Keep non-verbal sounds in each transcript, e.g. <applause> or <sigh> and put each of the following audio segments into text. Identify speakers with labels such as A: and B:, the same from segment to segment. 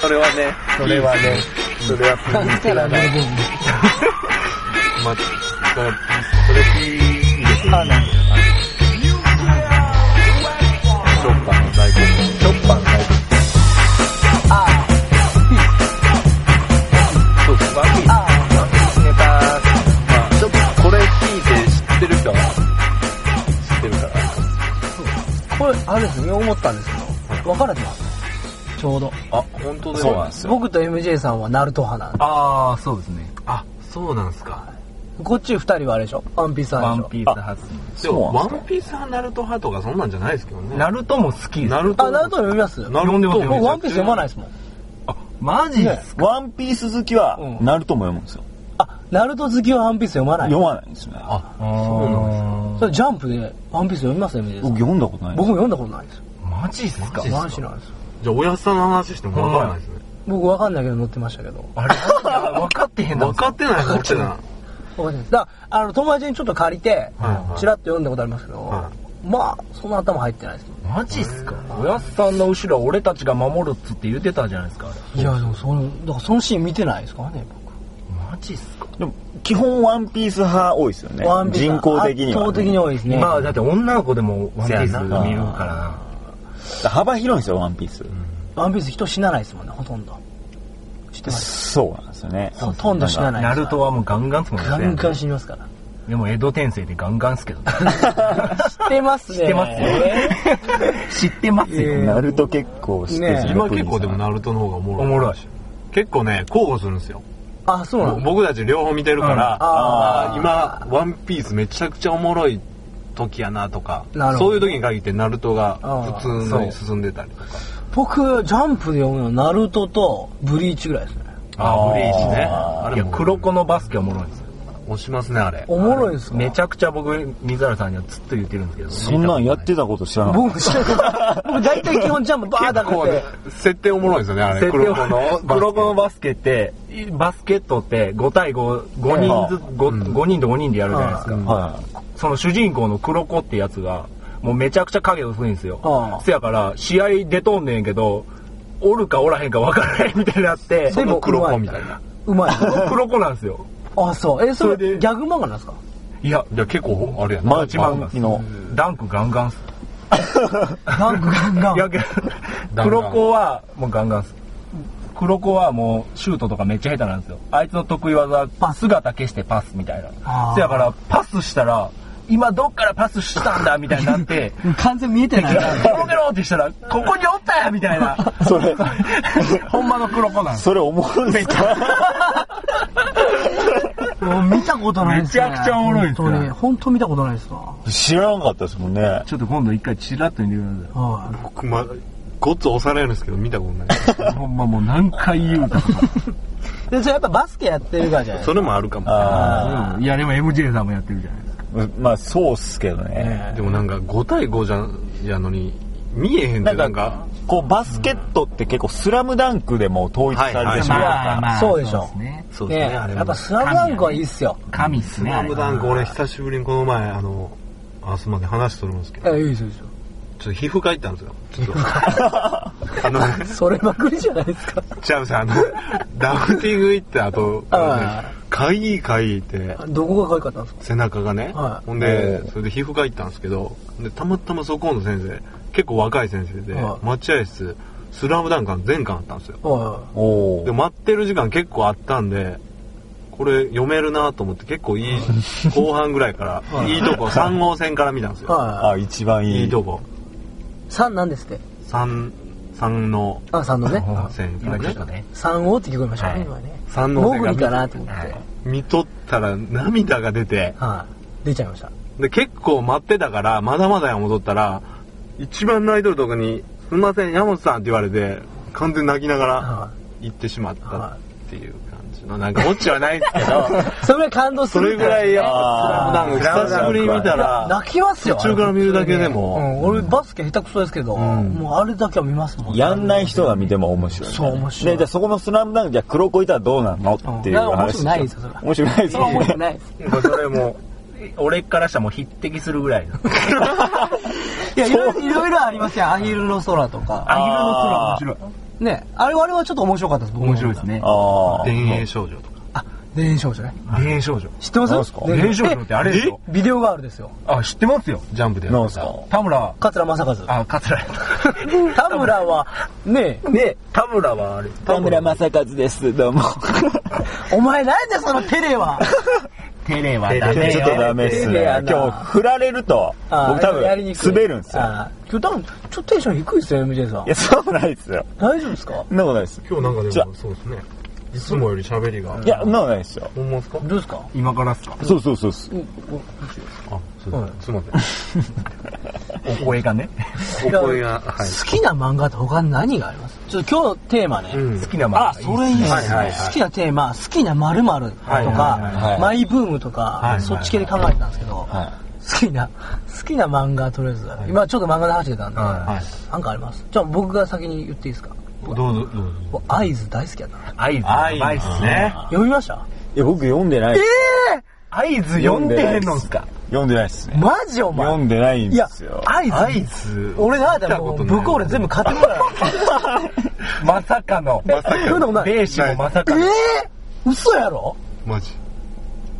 A: それはね。
B: それはね、それはピンクだな。ま、それ、それピーですよ。
A: あ、なんだ。
B: チョッパーの大根。チョッパーの大根。そうです。バービーネタ、まあ、ちょっとこれ聞いて知ってる人は、知ってるか
A: <laughs>
B: ら。
A: これ、あれですね、思ったんですけど、分かれてます。ちょうど。
B: あ、本当だ
C: そうなんですよ。
A: 僕と MJ さんはナルト派なんで。
C: ああ、そうですね。あ、そうなんですか。
A: こっち二人はあれでしょワンピース
C: ワ
A: 派
C: ン
A: で
C: ピ
A: し
C: ース派。
B: で
C: そう
B: も、
C: な
B: ワ
C: んですか
B: ンピース派、ナルト派とかそんなんじゃないですけどね。
C: ナルトも好きです。
B: ナル
A: ょ
B: ト。
A: あ、ナルト読みます
B: ナルト
C: 読んでますよ
A: 僕ワンピース読まないですもん。
C: マジです
D: ねワンピース好きは
A: う、ん
D: ナルトも読むんですよ。
A: あ、ナルト好きはワンピース読まない。
D: 読まないんですね。
C: あ、そうなんです
A: それジャンプでワンピース読みます ?MJ さん
D: 僕。読んだことない。
A: 僕も読んだことないですよ。
C: か。マジっすか
A: マジなんですよ。
B: じゃあ、おやっさんの話してもわからないですね。
A: 僕わかんないけど乗ってましたけど。
C: あれ分かってへんな
B: 分。かってない、分かってない。
A: わかんないです。だから、あの、友達にちょっと借りて
B: はいは、い
A: ちらっと読んだことありますけど、
B: は
A: まあ、そんな頭入ってないです。
C: マジっすかおやっさんの後ろは俺たちが守るっつって言ってたじゃないですか。あれ
A: いや、でもその、だからそのシーン見てないですからね、僕。
C: マジっすか
D: でも、基本ワンピース派多いですよね
A: ワン。ピース
D: 人口的に
A: 圧
D: は。
A: 倒的に多いですね。
C: 今はだって女の子でもワンピース見るからな。
D: 幅広いんですよ、ワンピース。
A: ワンピース人死なないですもんね、ほとんど。知ってます
D: そうなんですよね。
A: ほとんど死なない。
C: ナルトはもうガンガンつもり
A: ガンガン死にますから。
C: でも江戸転生でガンガンっすけどね。
A: 知ってますね。知
C: 知ってますよ。知ってますよ。
A: えー
D: ナルト結構知ってる
A: ね
D: んよ
B: 今結構でもナルトの方がおもろい。
C: おもろい。
B: 結構ね、交互するんですよ。
A: あ、そうなんだ。
B: 僕たち両方見てるから、
A: うんあ
B: あー今、ワンピースめちゃくちゃおもろい時やなとか
A: なる、ほ
B: そ
A: ど
B: ういう時に限ってナルトが
A: あ
B: 普
C: ー
B: 通に進んでたりとか。
A: 僕、ジャンプで読むのは、ナルトとブリーチぐらいですね。
B: あー、ブリーチね。
D: あ
C: い
B: あれ
C: や、
B: も
C: 黒子のバスケおもろいんですよ。
B: 押しますね、あれ。
A: おもろいですか
C: めちゃくちゃ僕、水原さんにはずっと言ってるんですけど。
D: そんなんやってたこと知らなかっ
A: 僕、知らない。僕、大体基本ジャンプバーだ
B: 結
A: か
B: 構
A: って
B: ね。設定おもろいですよね、あれ。
C: 設定
B: <laughs> 黒子
C: は
B: の。
C: 黒子のバスケって、バスケットって5対5、5人ず、五五人と5人でやるじゃないですか。
D: た。は
C: その主人公の黒子ってやつが、もうめちゃくちゃ影薄いんですよ
A: ああ。
C: せやから、試合出とんねんけど、おるかおらへんか分からへんみたいになって、
A: でも、
B: 黒子みたいな。
A: うまい。うまい。
C: 黒子なんですよ。
A: あ、そう。え、それ、
C: それで
A: ギャグ漫画なんですか
C: いや、
B: いや、結構、あれや
D: い。
B: な。
D: マーチマンの。
C: ダンクガンガンっす。
A: なんかガンガン
C: いや、
B: ガン
C: 黒子はもうガンガンっす。黒子はもうシュートとかめっちゃ下手なんですよ。あいつの得意技はパス姿消してパスみたい
A: あ
C: な
A: ー。
C: せやから、パスしたら、今どっからパスしたんだみたいにな
A: <laughs>
C: って、
A: 完全見えてない。
C: ゲロゲロってしたら、ここにおったやみたいな。
D: それ、
C: <laughs> ほんまの黒子なんです。
D: それ思うんですか
A: もう見たことないですね。
C: めちゃくちゃおもろいですね
A: 本当に、本当見たことないですわ。
D: <laughs> 知らなかったですもんね。
C: ちょっと今度一回チラッと見てくだ
A: は
B: 僕ま、ごっつ押されるんですけど、見たことない。
C: さい。ほんまもう何回言うか。
A: い。で、それやっぱバスケやってるからじゃないです
B: <laughs> そ
A: か。
B: れもあるかも。
D: あ
C: いやでも MJ さんもやってるじゃないですか。
D: あ、まあそうっすけどね。
B: でもなんか5対5じゃやのに見えへんってなんか
D: こうバスケットって結構スラムダンクでも統一されてしまう
B: はいはい
D: か
A: まあそうでしょ
C: すね
B: そう
A: ねやっぱスラムダンクはいいっすよ。
C: 神っすね。
B: スラムダンク
C: あれ
B: 俺
C: は
B: 久しぶりにこの前あの明日まで話しとるんですけど
A: え、
B: ち
A: いい
B: ょ
A: ですよ、いいですよ。
B: っと皮膚科行ったんですよちょっとあの
A: そればっかりじゃないですか。
B: ちゃうさあのダウンティング行った後
A: あ
B: かゆいかゆいって
A: どこが可愛かったんですか
B: 背中がね
A: はい
B: ほん
D: お
B: で
D: う
B: それで皮膚科行ったんですけどでたまたまそこの先生結構若い先生で
A: はい
B: 待合室スラムダンクの全巻あったんですよ
A: は
D: ら。お
B: で
D: ー
B: 待ってる時間結構あったんでこれ読めるなと思って結構いい後半ぐらいからいいとこ3号線から見たんで
A: い。
B: すよ
A: は
D: あ、一番いい。
B: いいとこ
A: い。三なんですって。
B: 3三の
A: あ、三のね。
B: 線か
C: 今
B: ら
C: ちょっと
B: ね
C: ね。
A: 三をって聞こえましたね、
C: はい
A: 今ね。
B: 三の
A: モ
B: 線
A: グ
B: が
A: リ
B: 見
A: かなと思って。はい、
B: 見とったら涙が出て
A: 出ちゃいました。
B: で結構待ってたからまだまだや戻ったら一番泣いとるとこに「すんません山本さん」って言われて完全に泣きながら
A: は
B: 行ってしまった
A: は
B: っていう感じのなんかオ <laughs> チはないですけど
A: それぐらい感動す
B: そ
A: る
B: れ
A: み
B: ぐ
A: た
B: らいやっぱ
D: あー
B: 「スラムダンク久しぶりに見たら
A: 泣きますよ。
B: 途中から見るだけでも
A: うん、俺バスケ下手くそですけど、もうあれだけは見ますもん。
D: やんない人が見ても面白い、
A: そう面白い
D: で、じゃあそこのスラムダンク、じゃあ黒子いたらどうなんのっていう
A: うん面白
D: 話。
A: くないですよそれは
D: 面白くないです
A: それは面白
D: ね
A: く。ないです。
C: それも、俺からしたらもう匹敵するぐら
B: <laughs>
C: いの。
A: いや、いろいろいろいろありますよ。アヒルの空とか。
C: アヒルの空面白い。
A: ね、あれ、あれはちょっと面白かったです、僕の
B: 面白いです。ね。
D: ああ。
B: 田園少女とか。
A: あ、田園少女ね。
B: 田園少女。
A: 知ってます
D: なんすか
A: 田園
B: 田園少女ってあれでしょ
A: えビデオガールですよ。
B: あ、知ってますよ。ジャンプでやってた
D: なんすか
B: 田村、
A: 桂正和。
B: あ、桂。
A: 田村は、ねえ、
B: ね、田村はあれ。
D: 田村正和です。どうも。
A: お前なんでそのテレは。
C: <laughs> テレは
D: ちょ
C: ダ
D: っ
C: メ
D: と
C: よ。
D: ダメっすね。
A: やだ
D: 今日、振られると、
A: あ
D: 僕多分、
A: やりにくい
D: 滑るんですよ。
A: あ今日多分、ちょっとテンション低いですよ、MJ さん
D: い。や、そうもないですよ。
A: 大丈夫ですか
D: そんなことないです。
B: 今日なん
D: じ
B: かで
D: ゃ
B: も、そうですね。いつもより喋りが。
D: いや、そんなことないですよ。
B: ほんまですか
A: どうですか
B: 今からっすか
D: そうそうそうそう。
B: あ、そうです。すいま
C: お声がね。<laughs>
B: せん。お声が、はい。
A: 好きな漫画って他に何がありますちょっと今日テーマね。
B: うん
C: 好きな漫画。
A: あ、それいいですね、
B: はいはいはい
A: 好きなテーマ、好きな〇〇とか、
B: はいはい
D: はいはい
A: マイブームとか、
B: いはいはい
A: そっち系で考えてたんですけど、
D: は
A: 好きな、好きな漫画とりあえず、今ちょっと漫画で走ってたんで、
C: は
A: なんかあります。じゃあ僕が先に言っていいですか
B: どうぞ、どうぞ。
A: 僕アイズ大好きやった。
C: 合図。合図ね。
A: 読みました
D: いや、僕読んでない。
C: 合図読んでへんのんすか
D: 読んでないっすね。
A: マジお前。
D: 読んでないん
A: い
D: で
A: や
D: すよ、。
A: アイズ。
B: 合図。
A: 俺なんだもう、ブコーレ全部買ってもらう。
C: まさかの。
A: まさかのそういうのもない
C: ベーシもまさ
A: <laughs> え
C: かの。
A: ー、嘘やろ
B: マジ。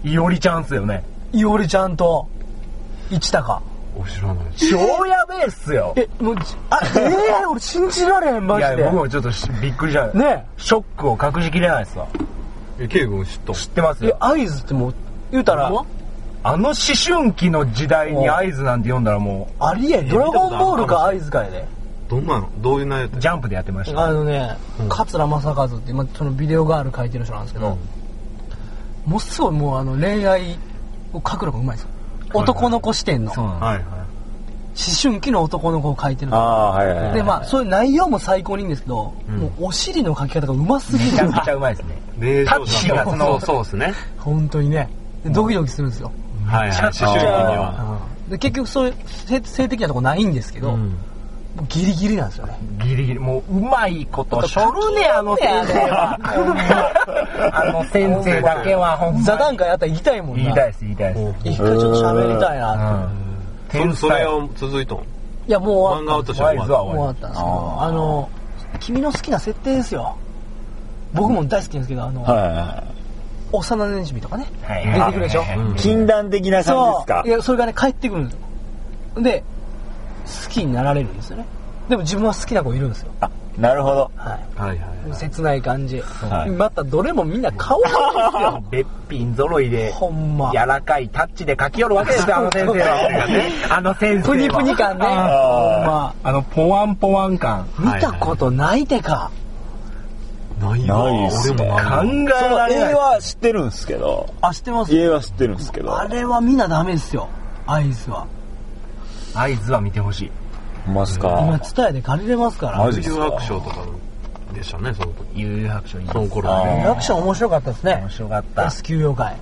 C: いおりちゃんっすよね。
A: いおりちゃんと、一高。
B: お知らない。
C: 超やべえっすよ。
A: え、もう、あ、ええ俺信じられへん、マ
C: い
A: ジ
C: や、
A: で。
C: 僕もちょっとしびっくりじゃない。
A: ね
C: ショックを隠しきれないっすわ。
B: え、ケイ君知っとん
C: 知ってます
A: え。え
C: よ、。
A: 合図ってもう、言うたら、
C: あの思春期の時代に合図なんて読んだらも
A: ありえん。ドラゴンボールか合図かやで。
B: どんなのどういう内容やっ
C: う、
B: た
C: ジャンプでやってました。
A: あのね、
B: うん
A: 桂正和って、今、そのビデオガール書いてる人なんですけど、ものすごいもう、あの、恋愛を書くのがうまいんですよ。男の子視点の、
C: そう
A: 思
C: なんで
B: はいは
A: 春期の男の子を書いてるの。
D: ああー、はいはいはい。
A: で、まあ、そういう内容も最高にいいんですけど、
B: ん
A: もう、お尻の書き方がうます <laughs> ぎる
C: す。めちゃくちゃうまいっすね。
B: い。霊
C: タッチがその
B: そうですね。
A: 本当にね。でドキドキするんですよ。
B: はいはい。思
C: ちゃ
B: 春期には。
A: で結局そういう性性的なとこないんですけど、
B: うん
A: もうギリギリなんですよね。
C: ギリギリ、もう、うまいこと、しょるね、あの先生は。あの先生だけは、ほん
A: 座
C: ま
A: 談会あったら行きたいもん
C: に。言いたいです、言いたいです。う
B: ほうん
A: 一回ちょっと喋りたいなって。
C: 天才
B: それを続いとん。
A: いや、もう
B: 漫
A: 終
B: 画
A: わっ
B: をとして
C: ワイズは
A: た。もう終
C: 終
A: わ
C: わ
A: っ
C: り。
A: たんですけど、あの、君の好きな設定ですよ。僕も大好きなんですけど、あの、
D: はいはいは
A: 幼馴染とかね、
C: はい
A: 出てくるでしょ。
B: うん
D: い。禁断的な感じですか
A: いや、それがね、帰ってくるんですよ。で、好きになられるんですよね。でも自分は好きな子いるんですよ。
D: あ、なるほど。
A: はい。
B: はいはい。
A: 切ない感じ、
D: はい
A: またどれもみんな顔が
C: あべっぴん揃いで、
A: ほんま
C: 柔らかいタッチで書き寄るわけですよ、あの先生は。あの先生は。
A: プニプニ感ねほんま
D: あ
C: あの、ポワンポワン感。
A: 見たことないてか
B: ない
D: ないっすね
B: 俺も
C: 考え
B: ない。
D: その
C: られな
D: 絵
C: い。
D: は知ってるんですけど、
A: あ知ってます
D: 家は知ってるんですけど、
A: あれはみんなダメですよアイスは
C: 合図は見てほしい。
D: マジ
A: 今
D: か。
A: ツタヤで借りれますから
D: マジ
B: 中学賞とかでしたね、その時。
C: 幽遊白書いいです
B: その頃
D: あ
B: ね。
A: アクション面白かったですね
C: 面白かった。
A: S 級妖怪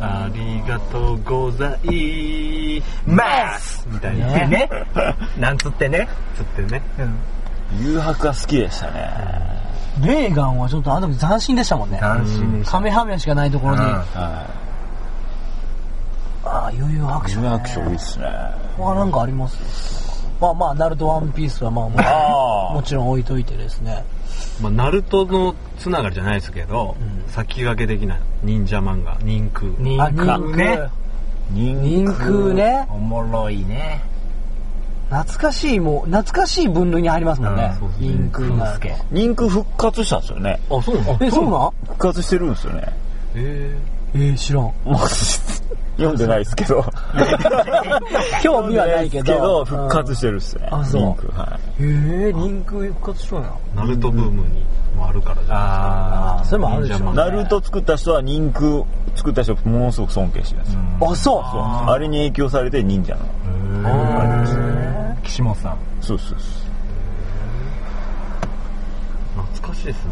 B: ありがとうございますみたいな。
C: でね、なんつってね。
B: つってね。
D: 誘白は好きでしたね。
A: レーガンはちょっとあの時斬新でしたもんね
C: 斬新でし
A: カメハメしかないところに、
C: うん
A: あ
D: は
A: あ余裕ア
D: い。
A: クショ
D: 誘
A: ン、ね、
D: 白賞いいっすね。
A: 他なんかありますまあまあナルトワンピースはまあもちろん
D: あー
A: もちろん置いといてですね
B: まあ、ナルトのつながりじゃないですけど、先駆け的な忍者漫画、忍空。
C: 人
A: あ人
C: 空ね
A: 空。
D: 人
A: 人空ね
C: おもろいね。
A: 懐かしいもう懐かしい分類に入りますもんね
B: うんそうですね
A: インクが
C: 空助
D: 人空復活したんですよね。
B: あ、そうなの
A: えそうなん
D: 復活してるんですよね。
B: え
A: えー、知らん
D: もう <laughs> 読んでないですけど。
A: 興味はないけど
D: けど、復活してるっすね。
A: あそう
D: 人空はい。
A: へえ人空復活しようや
B: ー、ナルトブームにもあるからじゃ
A: あそれもあるでしょ
B: 忍者漫画
D: ナルト作った人は人空作った人をものすごく尊敬してるんですよ。
A: あそう
D: あれに影響されて忍者なの。
C: う
A: あ
C: ん岸本さん。
D: そうそうそ
B: ないですか。懐かしいですね。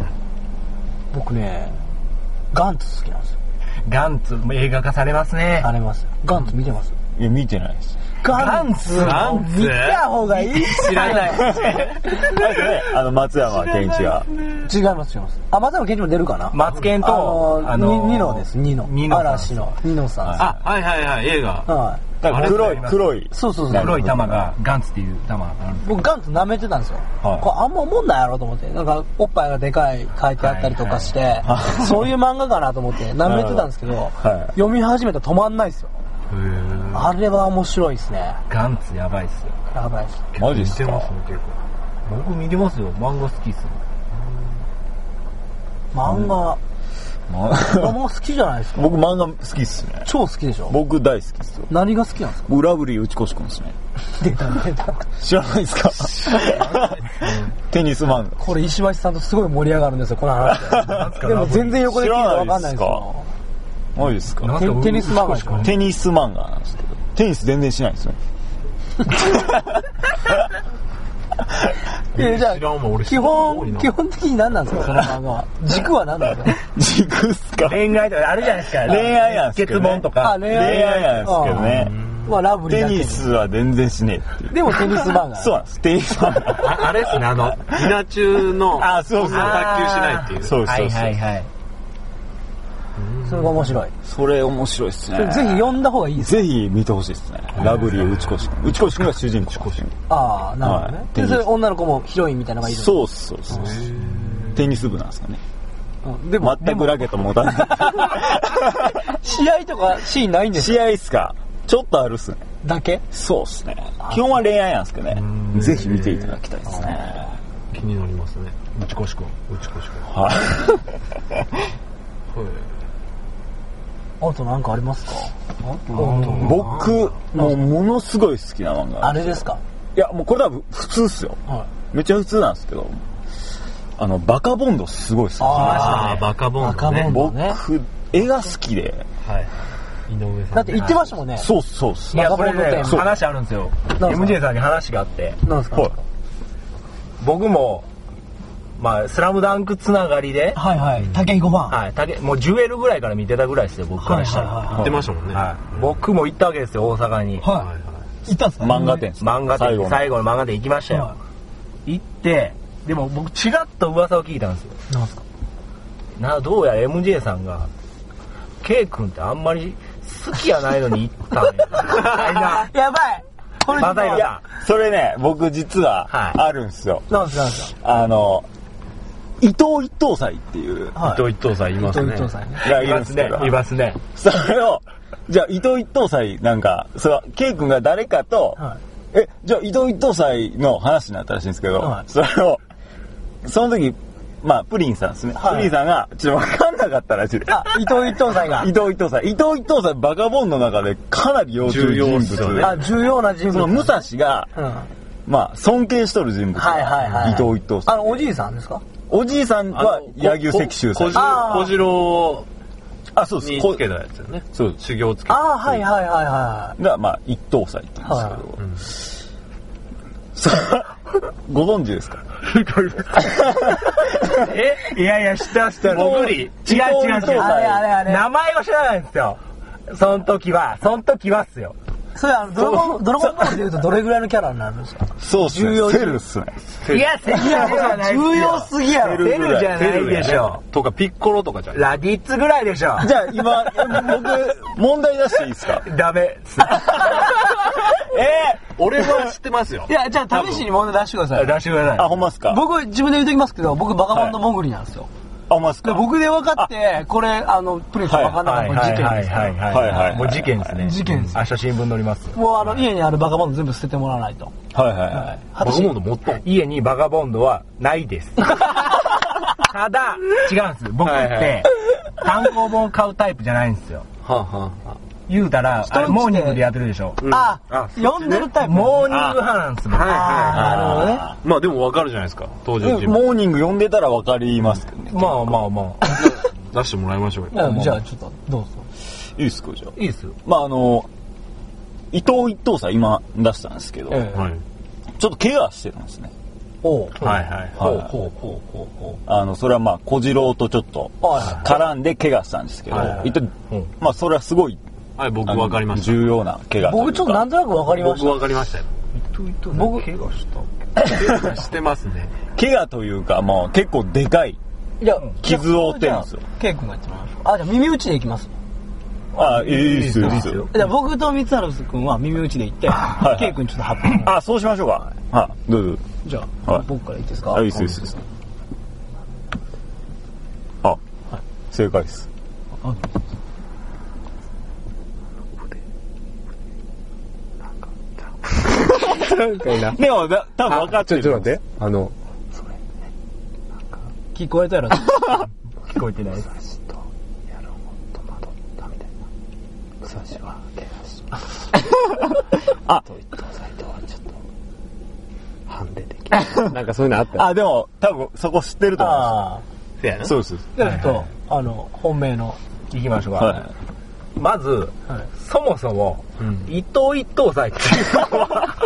A: 僕ねガンツ好きなんですよ
C: ガンツも映画化されますね。
A: ありますガンツ見てます
D: う。いや、見てないです。
A: ガンツ
B: ガンツ
A: 見た方がいい知らない
D: あれねあの、松山健一が。
A: 違います違いますあ松山ケンジも出るかな
C: マツケンと
A: あ
C: あ
A: の
C: の
A: ニノですニノ
C: ニノさん
A: 嵐のニノさん
B: あ、はいはいはい、映画。
A: はい
D: だから黒い、黒い。
A: そうそうそう
C: 黒い玉がガンツっていう玉があるんです
A: 僕ガンツ舐めてたんですよ、
D: はい
A: これあんま思んないやろと思ってなんかおっぱいがでかい書いてあったりとかして、そういう漫画かなと思って舐めてたんですけど、
D: はい
A: 読み始めたら止まんないですよ
B: へー
A: あれは面白いですね
C: ガンツやばいっすよ
A: やばいです
D: マジっす
B: 似
D: か
B: てますね、結構。
C: 僕見てますよ漫画好きっすよ
A: 漫画、
D: ま
A: 漫画好きじゃないですか
D: 僕漫画好きっすね。
A: 超好きでしょ
D: 僕大好きっすよ。
A: 何が好きなんですか
D: 裏振り打ち越しくんですね。
A: 出た出た
D: 知らないですかテニス漫
A: これ石橋さんとすごい盛り上がるんですよこの話ででも全然横で聞いてわかんないですよ
D: 画。マジっすか
A: テテニス漫画ですか
D: テニス漫画なんですけど、テニス全然しないんですよ。
A: えじゃあ
B: 知らんわ俺
A: 基
B: 多い
A: 本
B: な
A: 基本的に何なんですかその漫画は軸は何なんですか
D: 軸っすか
C: 恋愛とかあるじゃないですか
D: 恋愛なんですけどね
C: 結婚とか
A: あ恋
D: 恋愛なんですけどね。
A: まあラブリー
D: テ
A: だけど
D: ニスは全然しねえっていう。
A: でもテニス漫画
D: <laughs> そうなんです。テニス漫画。
B: ああれっすね、あの、稲中の、
D: あそうそう
B: 卓球しないっていう。
D: そうです、
C: は
D: そう
C: い
D: です
C: はいはい
A: それが面白い
D: それ面白いっす
A: それ
D: ね。
A: ぜひ読んだ方がいいです
D: ぜひ見てほしいですね。ラブリー内越君。内越君が主人公。
A: ああなるほど
D: は
A: ね
D: い
A: でそれ女の子もヒロインみたいなのがいる
D: そうっすそうっす。テニス部なんですかね。
A: うんでも
D: 全くラケット持たな
A: 試合とかシーンないんで
D: い。
A: す
D: 試合っすかちょっとあるっすね。
A: だけ
D: そうっすね。基本は恋愛なんですけどね。ぜひ見ていただきたいですね。
B: 気になりますね。
C: 打ち越しくん
B: 打ち越しか。
D: はい。
A: あとなんかありますか
D: 僕、もうものすごい好きな漫画。
A: あれですか
D: いや、もうこれ多分普通っすよ。
A: はい
D: めっちゃ普通なんですけど、あの、バカボンドすごいっすね。
B: ああ、バカボンド、ね。
A: バカボンド
D: 僕
A: ね、
D: 絵が好きで、
B: はい。井上さん。
A: だって言ってましたもんね
D: そうっすそうっす。
C: いやこれ
A: バカボン
C: ね
A: ド
D: 店
C: 話あるんですよ
A: なんです
C: MJ さんに話があって
A: なんですか
D: はい
C: 僕もまあ「スラムダンクつながりで、
A: はいはい武井5番
C: はい、たけもうジュエルぐらいから見てたぐらいですよ僕からしたら、
A: はいはいはい
B: 言ってましたもんね。
C: はい僕も行ったわけですよ大阪に、
A: は
B: はいはい
A: い行ったんですか
D: 漫画店っすね
C: 漫画
D: 最後
C: で
D: の
C: 最後の漫画で行きましたよ、
A: は
C: 行ってでも僕ちらっと噂を聞いたんですよ
A: なんすか
C: などうやら MJ さんが K 君ってあんまり好きやないのに行ったんやあい
A: <laughs>
C: な
A: やばいこれ
C: バタイ
D: いや、それね、僕実は
C: はい
D: あるんですよ。
A: なんすかなんすか
D: あの、伊藤一等祭っていう、
A: はい
B: 伊藤一等さんいますね。
A: 伊藤一等さんね
D: がい
C: い
D: るん
C: ま
D: ですす
C: ね
D: けど、
C: いますね
D: それを、じゃあ伊藤一等祭なんか、それは、ケイ君が誰かと、
A: は
D: え、じゃあ伊藤一等祭の話になったらしいんですけど、
A: はい
D: それを、その時、まあ、プリンさんですね。
A: はい
D: プリンさんが、ちょっと分かんなかったらしいです。
A: あ伊藤一等さんが
D: 伊藤一等さん。伊藤一等さん、バカボンの中でかなり要注意人
B: 重要っすよ
D: 物
B: ね
D: で。
A: あ重要な人
D: そ
A: 物
D: の武蔵が、
A: うんは
D: まあ、尊敬しとる人
A: い
D: 物。
A: はいはい
D: 伊藤一等
A: あ
D: さん。
A: のおじいさんですか
D: おじいさん
B: あ
D: は
B: の、
D: 柳生石州さ
B: こ
D: ん
B: こ。小次郎
D: あ、そうで
B: に
D: す。こ
B: つけたやつよね。
D: そうです。
B: 修行つけた。
A: ああはいはいはいは
D: が、まあ、一等祭って言うんですけど。そうご存知ですか
C: えいやいや、知ってます、知ってます。
D: もう
C: 無理。違う
D: 自動
C: 違う
D: 移動
C: 違う。
A: あれあれあれ
C: 名前は知らないんですよ。その時は、その時はっすよ。
A: いそれあのドラゴンドラゴンボールでいうとどれぐらいのキャラになるんですか
D: そうっす
A: 重
D: ね。
A: 要
D: セルっすね。
C: いや、セルじゃないっすよ。
A: 重要すぎや
D: セ
A: ろ
D: ル
C: セルじゃないでしょ。
B: とか、ピッコロとかじゃん。
C: ラディッツぐらいでしょ。
D: じゃあ今、僕、問題出していいですか
C: ダメっす。
D: え
B: 俺は知ってますよ。
A: いやじゃあ試しに問題出してください
C: 出してくだ
D: ーあ、
C: さ
D: ほんまっすかあ、
A: 僕自分で言うときますけど僕バカモンドモグリなんですよ
D: ほんまっす
A: で
D: か
A: 僕で分かってこれあのプリンス分かん
C: い。
A: なかったこれ事件ですから
D: はいはいはい
C: もう事件ですね。
A: 事件です
C: 明日新聞載ります。
A: もうあの家にあるバカモンド全部捨ててもらわないと
D: はいはいはい。
B: バ
A: 果た
B: カ
A: し
B: ボンド持っとん。
C: 家にバガボンドはないです。ただ、違うんです。僕
B: はい
C: っ
B: はい
C: て、単行本買うタイプじゃないんですよ。
B: はあはあは
C: 言うたら、
A: ん
C: あ
A: ち
C: れ
A: で
C: モーニングでやってるでしょ。
A: あ
B: あそっちね
A: 読んでるタイプ
C: モーニング派なんですもん。
A: あーなるほどね
D: あ
B: あまあでもわかるじゃないですか。登場
D: ー
B: 人物。
D: モーニング読んでたらわかりますけどね。
C: まあまあまあ。
B: 出してもらいましょうよ。
A: うんじゃあちょっとどうぞ
D: いいですかじゃあ。
C: いいですよ。
D: まああの、伊藤一等さん今出したんですけど、
A: ええ
B: はい。
D: ちょっと怪我してるんですね。
A: おう
B: はいはい。
D: は
C: ほ
D: い
C: ほうほ
D: う
C: うほうほ
D: あの、それはまあ小次郎とちょっと
A: はい
D: 絡んで怪我したんですけど、
B: はいはい
D: 一体
C: うん
D: まあそれはすごい
B: はい、僕わかりました。
D: 重要な怪我というか。
A: 僕ちょっとなんとなくわかりました。
B: 僕わかりましたよ。
A: 僕、い
B: してますね。
D: 怪我というか、まあ結構でかい
A: や、
D: 傷を負ってるんですよ。
A: ケイ君がやってもらいましょう。あ、じゃあ耳打ちでいきます。
D: あ、いいですよ、いいですよ。
A: じゃあ僕と三原君は耳打ちで行って
D: は、い
A: ケイ君ちょっと発表。
D: あ、そうしましょうか。はい、どうぞ。
A: じゃあ
D: はい、
A: 僕からいいですか
D: あ、いいですよ、いいですよ。あ、正解です。でも、だ多分分かってる。
B: 待って。あの、
A: 聞こえたら、
C: 聞こえてないです
B: なんかそういうのあった。
D: あ、でも、多分そこ知ってると思いま
A: ああ、
B: せやな
D: す。そうです。
A: じゃあちょっと、あの、本命の。
C: 行きましょうか、
D: は
C: まず、
A: はい
C: そもそも、
B: うん
C: 伊藤一等斎っていうのは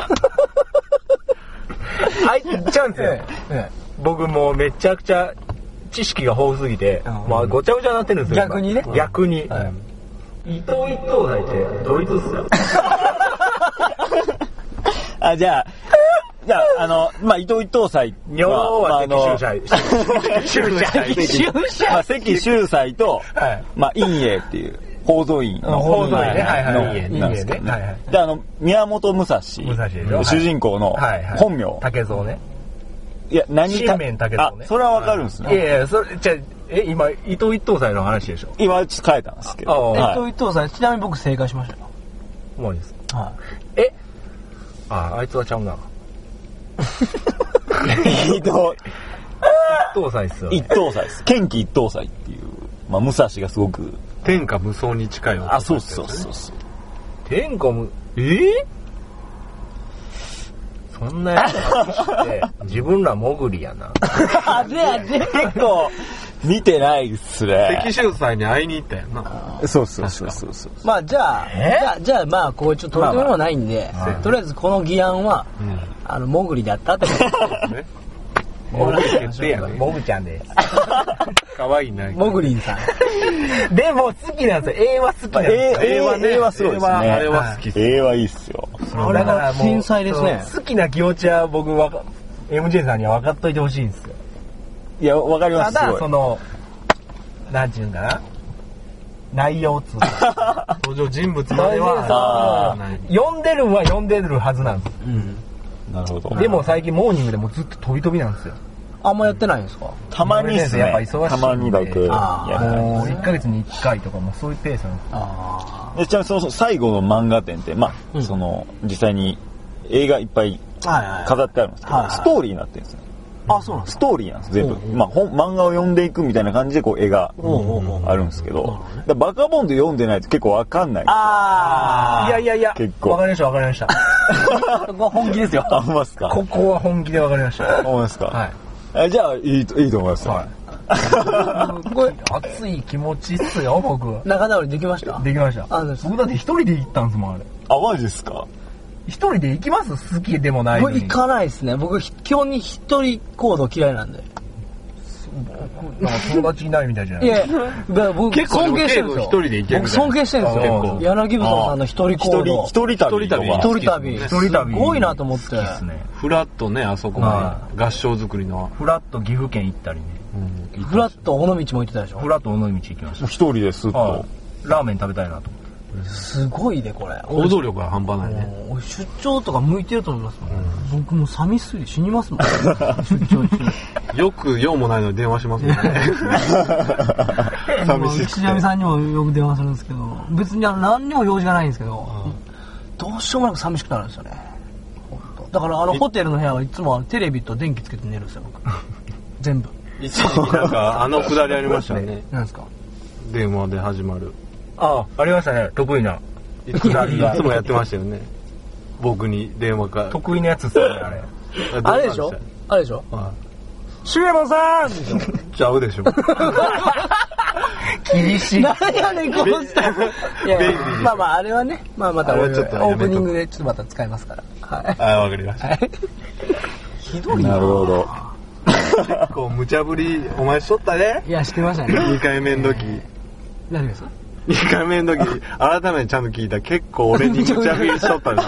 C: あいつ言っちゃうんですよ、
A: え
C: 僕もうめちゃくちゃ知識が豊富すぎて、
A: うん
C: まあごちゃごちゃになってるんですよ今
A: 逆にね
C: 逆に、
A: はい
C: 伊藤一等斎ってドイツっすよ
D: い。あ、じゃあ、じゃあ、あの、まあ、伊藤一等斎は。
C: 女王
D: まあ
C: は
D: あの <laughs>
C: 赤州社赤州社
D: まあ、関秀才と、
C: はい
D: まあ、陰影っていう、宝蔵院の。
C: 宝蔵院ねはいはい
D: の
C: 陰影ね
D: なんですけど
C: 陰影ねはいは
D: で、あの、宮本武蔵。
C: 武蔵でしょ
D: 主人公の
C: はいはい
D: 本名。
C: 竹蔵ね
D: いや、何
C: 新面だけどね
D: あ、それはわかるんです
C: い
D: ね。
C: やいやそれじゃあえ今伊藤一等斎の話でしょ
D: 今、ちょっと変えたんですけど。
C: ああ
A: っ
D: はい
A: と、伊藤さん、ちなみに僕正解しましたよ。
C: もういいです
A: は
C: えああいつはちゃうな一
D: 伊藤、
C: 等斎っすよね
D: 一等祭です。剣気一等祭っていう、まあ、武蔵がすごく、
B: 天下無双に近い
D: あ、そうそうそうそう。
C: 天下もえーそんなやつら知って自分ら潜りやな
D: あぜあぜ結構、見てないっす
B: 赤
D: ね。
B: 州祭に会いに行ったよ <laughs> な。
D: そうそうそうそうそう。
A: <laughs> い。まあじゃあ、じゃあ、じゃあまあ、こうちょっと取り留めもないんで
C: まあまあ、
A: とりあえずこの議案は、
B: うん。
A: あの、モグリだったって
B: <laughs>
A: こと
B: ね。
C: 潜り
B: 決定やね
C: モグちゃんです
B: 可愛いな。
A: モグリンさん。
C: でも好きなんですよ映画好きなんですよ
D: え映画ね映画すごいですね。
B: 映画あれは好きっす
D: 映画いいっすよ。
A: あれは天才ですね
C: そう好きな気持ちは僕は MJ さんには分かっといてほしいんですよ
D: いや、わかり
C: た
D: ます。すご
C: だ
D: い
C: そのなんちゅうんかな内容っつう
B: 登場人物までは
D: あ
B: ない。
C: の読んでるんは読んでるはずなんです
D: なるほど。
C: でも最近モーニングでもずっと飛び飛びなんですよ
A: あんまやってないんですか
D: たまにですね。
C: やっぱ忙しいんで
D: たまにだけ。
A: あー
D: やらない
C: もう1ヶ月に1回とかもうそういうペースなんです
A: あ
D: でちなみにその最後の漫画展って、まあ、
A: うん
D: その、実際に映画いっぱい
A: あ。はいはい。
D: 飾ってあるんですけど、
A: はいはい
D: ストーリーになってるんですよ。
A: あ、そうなんです
D: ストーリーなんです、全部。
A: うんうん
D: まあ、本、漫画を読んでいくみたいな感じで、こう、絵が
A: うんうんうん
D: あるんですけ
A: なるほ
D: ど
A: どね、
D: だからバカボンで読んでないと結構わかんない。
A: あ
C: いやいやいや、
D: 結構
C: わかりました、わかりました。
A: ここは本気ですよ。
D: あ、ほんまっすか
C: ここは本気でわかりました。
D: 思いますか
C: はい。
D: えじゃあ、いいと、いいと思いますよ。
A: これ、
C: 熱い気持ちっすよ、僕。
A: 仲直りできました
C: できました。
A: あそうです
C: 僕だって一人で行ったんですもん、あれ。
D: あ、マジですか
C: 一人で行きます好きでもないの
A: 僕
C: に。
A: 行かないですね。僕、ひ基本に一人行動嫌いなんで。
C: なんか友達いないみたいじゃない
A: いや、だから僕、
B: 結
A: 尊
B: 構でも
A: 敬してるんですよ。
B: ケイ君一人で行けるみ
A: 僕
B: たいな
A: 尊敬してるんです
C: あ
A: よ。
C: ー
A: 柳生さんの一人行
D: 一
A: 動。
D: 人、一人旅とか。
B: 一
A: 一
B: 人旅
A: 人旅。
B: 一
C: 人旅
A: すごいなと思って。
C: 好きっすね。
B: ふらっとね、あそこまで合唱作りの。
C: フラット岐阜県行ったりね。
B: うん
A: フラッと尾道も行ってたでしょ
C: フ。ラット尾道行きまし。
D: 一人ですった
C: は
D: と。
C: い。ラーメン食べたいなと思って。
A: すごいね、これ。
B: 行動力が半端ないね。
A: もう俺出張とか向いてると思いますもん。僕もう寂しすぎて死に <laughs> ますもん。出張中。
B: よく用もないのに電話しますもんね。
D: 寂しく
A: 石
D: て。
A: 波さんにもよく電話するんですけど、別にあの何にも用事がないんですけど、どうしようもなく寂しくなるんですよね。だからあのホテルの部屋はいつもあのテレビと電気つけて寝るんですよ、 <laughs> 僕。全部。
B: <laughs> 一時期なんか、あのくだりありましたよね。
A: なんですか
B: 電話で始まる。
C: ああ、ありましたね。得意な。
B: いつも
C: 下りが
B: いつもやってましたよね。僕に電話か。
C: 得意なやつっすよね、あれ。
A: あれでしょあれでしょ
B: は
A: シエモンさんでしょ
B: いちゃうで <laughs> しょ。
A: 厳しい。何やねん、このスタイルいや
B: 便利でしょ
A: まあまあ、あれはね、まあまた
B: あ
A: オ
B: れはちょっとやめ
A: ー
B: とこう
A: プニングでちょっとまた使いますから。はい。
B: あ、わかりました。
A: <laughs> ひどい
D: なるほど。
B: 結構無茶ぶり、お前しとったね。
A: <laughs> いや、してましたね。
B: 2回目の時。
A: 大丈夫ですか
B: 2回目の <laughs> 時、改めてちゃんと聞いたら結構俺に無茶振りしとった <laughs> な。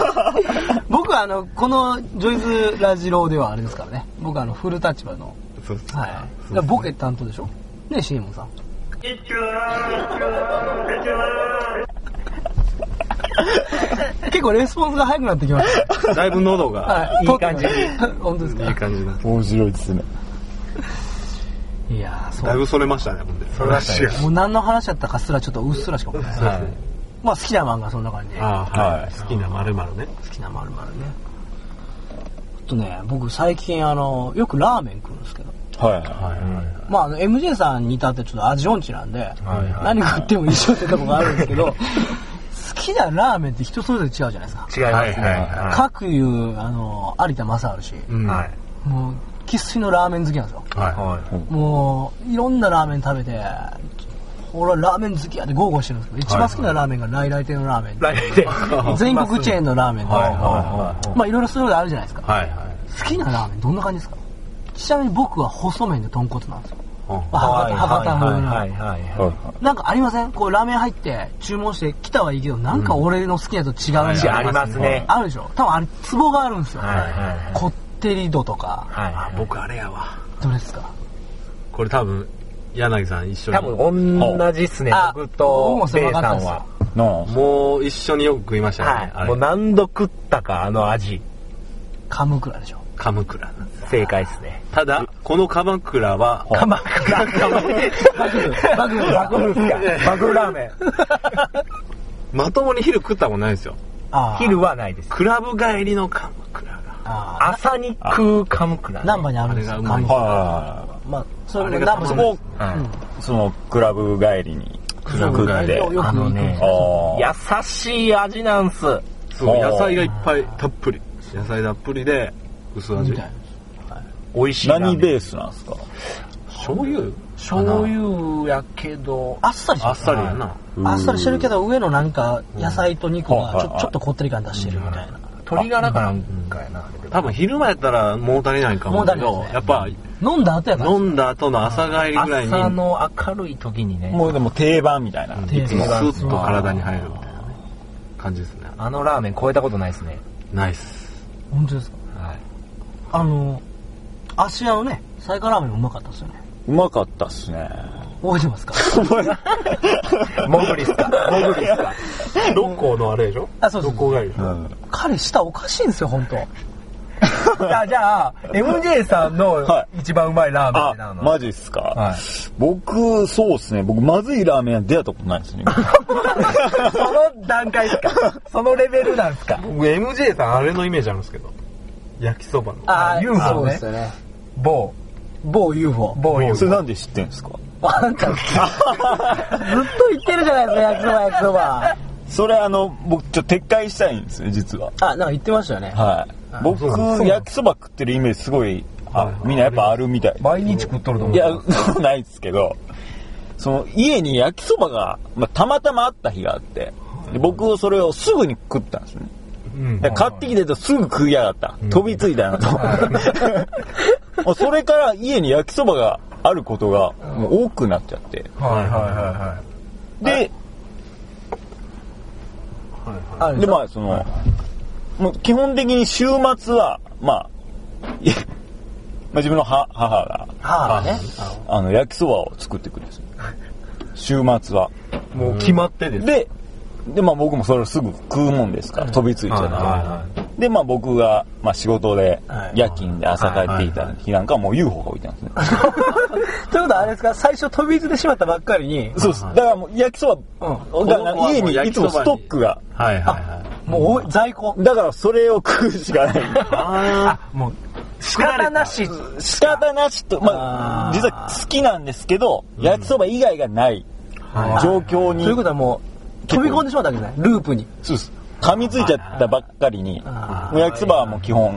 A: <laughs> 僕はあの、このジョイズラジローではあれですからね。僕はあの、フル立場の。
B: そうそう
A: はい。だからボケ担当でしょねシーモンさん。結構レスポンスが早くなってきまし
B: だいぶ喉が、
A: た。はい
C: い感じ。
A: 本当です
B: い、い
A: か
B: 感じな。
D: 面白いですね。
A: いやー、そ。
B: だいうぶそれましたね、ほんで。それまし
A: もう何の話だったかすらちょっとうっすらしか覚えてない。
B: はい。
A: まあ好きな漫画はそんな感じで。
B: ああ、はい。
D: はい
B: 好きな〇〇ね。
A: 好きなまるまるね。あとね、僕最近あの、よくラーメン食うんですけど。
D: はいはい
A: まあ、あの MJ さんに至ってちょっと味音痴なんで、
B: はいはい
A: 何食っても一緒ってとこがあるんですけど、好きなラーメンって人それぞれ違うじゃないですか。
C: 違いますね。
B: は
A: 各言う、あの、有田正治氏、
B: うん
C: は
B: はいい。
A: もう、生粋のラーメン好きなんですよ。
B: は
C: はい。
A: もう、いろんなラーメン食べて、俺はラーメン好きやって豪語してるんですけど、一番好きなラーメンが来来亭のラーメンで、
C: 来年で。
A: 全国チェーンのラーメンで、
C: はいは
A: まあ、いろいろそういうのあるじゃないですか。
B: い。はい。
A: 好きなラーメンどんな感じですかちなみに僕は細麺で豚骨なんですよ。
B: は
A: 博多博多風の。
C: はいは。
D: はいい。
A: なんかありませんこうラーメン入って注文して来たはいいけど、なんか俺の好きなやつと違うみたいな。
C: ありますね。
A: あるでしょ多分あれ、ツボがあるんですよ。
C: はいはい
A: こってり度とか、
C: はい
B: あ僕あれやわ。
A: どれですか
B: これ多分、柳さん一緒に。
C: 多分同じっすね、
A: あ
C: 僕とベイさんは。
D: なあ。
B: もう一緒によく食いましたね。
C: はい。もう何度食ったか、あの味。
A: カくらでしょ
B: 鎌倉。
C: 正解っすね。
B: ただ、この鎌倉は、
C: 鎌倉。鎌倉。バグバグっすか。バグラーメン。
B: まともに昼食ったもんないんですよ。
A: あー
C: 昼はないです。
B: クラブ帰りの鎌倉が。
A: あ
C: 朝に食う鎌倉。
A: ー。ナンバにあるんです
B: あ
A: よ。
B: れがうまい
A: カム
D: は
A: まあ、そ
B: あ
A: れ
B: れ
A: も
B: が
A: ナンバじゃないです
D: い。その、クラブ帰りに食って。
A: よく行
C: あの
A: くん
C: ね
A: です
D: あ
A: よ。
D: あ。
C: 優しい味なんす。
B: そう、
D: あー
B: 野菜がいっぱいたっぷり。野菜たっぷりで、薄味
A: み。たいな。
C: 美味しいラーメン。
D: 何ベースなんですか
B: 醤油
C: 醤油やけど、
A: あっさりして
B: あっ
A: る
B: さりやな。
A: あっさりしてるけど、上のなんか野菜と肉がち
D: うん
A: ょちょっとこってり感出してるみたいな。
C: 鶏ガラかなんかやな。
B: 多分昼間やったら物足りないかもだけ
A: 物
B: ど、
A: 足りな
B: やっぱ
A: 飲んだ後やから。
B: 飲んだ後の朝帰りぐらいに、
C: 朝の明るい時にね、
D: もうでも定番みたいな。
A: 定
B: ス
A: 番
B: ーッと体に入るみたいなね感じですね。
C: あのラーメン超えたことないですね。
B: ナイス。
A: 本当ですか
C: はい。
A: あの、芦屋のね、サイカラーメンもうまかったですよね。
D: うまかったっすね。
A: 覚えてますか
C: モグリスか。モグリスか。
B: 六甲のあれでしょ
A: あ、そうそうそう。
B: 帰り
D: うん。
A: 彼、舌おかしいんですよ、本当。
C: じゃあ、じゃあ、MJ さんの
D: は
C: 一番うまいラーメンってな
D: あ、
C: の、
D: マジっすか、
C: はい
D: 僕、そうっすね。僕、まずいラーメン屋出会ったことないですね。
C: その段階ですかそのレベルなんですか
B: 僕 MJ さんあれのイメージあるんですけど。焼きそばの。
A: あー
C: UFO ね
A: そうですよね。
C: 某、
A: 某 UFO。
C: 某
D: それ
C: よ。
D: なんで知ってんですか
A: あんた、 <laughs> ずっと言ってるじゃないですか、焼きそば焼きそば。
D: それあの、僕、ちょっと撤回したいんですよ、実は。
A: あ、なんか言ってましたよね。
D: はい。僕
B: そうなん、
D: 焼きそば食ってるイメージすごい、
B: はい
D: あみんなやっぱあるみたい。
C: 毎日食っとると思う。
D: いや、そうないですけど、その、家に焼きそばが、まあ、たまたまあった日があって、で僕、それをすぐに食ったんですね。
B: うん
D: で買ってきてたすぐ食いやがった。飛びついたなと。 <laughs> もうそれから家に焼きそばがあることがもう多くなっちゃって。
C: はいはいは
D: で、
A: あるで
D: で
A: しょ
D: まあその、もう基本的に週末は、まあ、いまあ自分の母母が、
A: 母がね。
D: あの、焼きそばを作ってくるんですよ。週末は。
B: もう決まってです。
D: で、で、まあ僕もそれをすぐ食うもんですから、飛びついちゃ
B: はい
D: っ
B: は
D: て。で、まあ僕が、まあ仕事で
A: はい、
D: 夜勤で朝帰っていた日なんかはもう UFO が置いてあるんですね。
A: ということはあれですか、最初飛び出てしまったばっかりに、
D: そうです。だからもう焼きそば、
B: ん
D: だから家にいつもストックが。
B: はいはいはい。
A: もう在庫。
D: だからそれを食うしかない。
B: あ
C: い。もう、仕
A: 方な
C: し。
D: 仕方なしと、ま
A: あ
D: あ、
A: ー
D: 実は好きなんですけど、焼きそば以外がない状況
A: と
D: に
A: いう、ことはもう、飛び込んでしまったわけですね、ループに。
D: そうです。噛みついちゃったばっかりに、
A: あ
D: もう焼きそばはもう基本、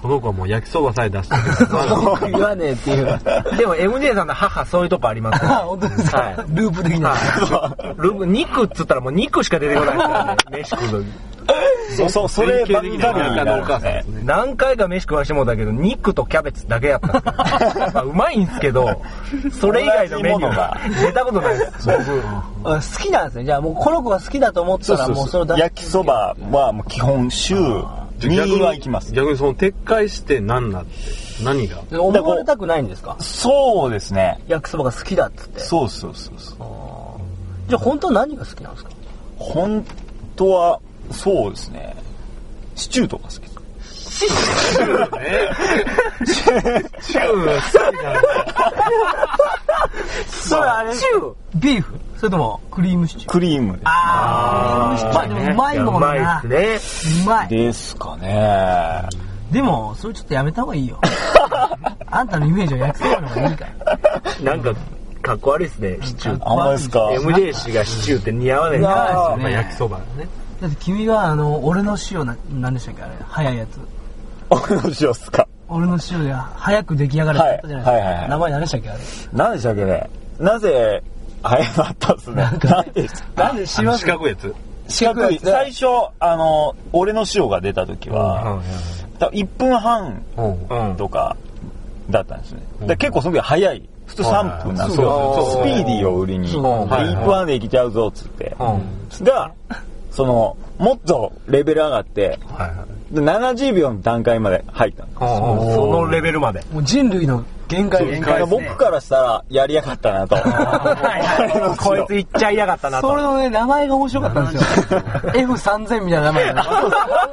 B: ーこの子はもう焼きそばさえ出
C: <laughs>
B: してる。
A: 文句言わねえっていう。
C: でも MJ さんの母そういうとこあります
A: <laughs> あ、本当ですか、
C: はい
A: ループ的な。
C: ルブ肉っつったらもう肉しか出てこないですからね。飯食う時。
D: そうそう、そればっかり
B: 典型的な田舎のお母さんですね
C: 何回か飯食わしてもらったけど、肉とキャベツだけやったんですよまあうまいんですけど、それ以外のメニューが
D: 同
C: 出たことないです。
A: 好きなんですね。じゃあもうこの子が好きだと思っ
D: そ
A: たら
D: うそう
A: もう
D: そ
A: そうれだ
D: 焼きそばはもう基本週2は行きます。
B: 逆にその撤回して何なって何が
A: 思われたくないんですか
D: そうですね。
A: 焼きそばが好きだっつって。
D: そうそうそうそう。
A: じゃあ本当は何が好きなんですか
D: 本当は、そうですね。シチューとか好きです。
A: それあれ。シチュービーフそれともクリームシチュー
D: クリームです。
A: あー、クリームシチューでもうまいもん
C: うま
A: な。
C: いですね。
A: うまい。
D: ですかね。
A: でも、それちょっとやめた方がいいよ。あんたのイメージは焼きそばの方がいいか
C: な
A: ら。
C: んか、かっこ悪いですね、シチュー。
D: あんまですか。
C: MJ 氏がシチューって似合わないです
A: 似合わないですね
C: やっぱ焼きそばだね。
A: だって君は、あの、俺の塩な、なんでしたっけあれ、早いやつ。
D: おのしよっすか。
A: 俺の塩で早く出来上がるってやったじゃないですか。
D: はいはいはいはい
A: 名前何でしたっけあれ。
D: 何でしたっけね。なぜ、早かったっすね。なんでした
A: なんで塩
B: 四角いやつ
D: 四角い。最初、あの、俺の塩が出た時は、多分1分半
B: うん
D: とかだったんですね。だから結構その時は早い。普通3分なんですよ。ス
B: そう
D: ピ
B: ですね
D: ーディーを売りに。
A: そ
D: 1
A: う
D: 分
B: はい
D: 半で行きちゃうぞ、っつって。
B: うん
D: が、その、もっとレベル上がって、
B: はいはい
D: で70秒の段階まで入ったんです。
C: そのレベルまで。
A: もう人類の限界
D: だから僕からしたら、やりやがったなと。 <laughs>
C: こいついっちゃいやがったなと。
A: それのね、名前が面白かったんです <laughs> よ。F3000 みたいな名前だね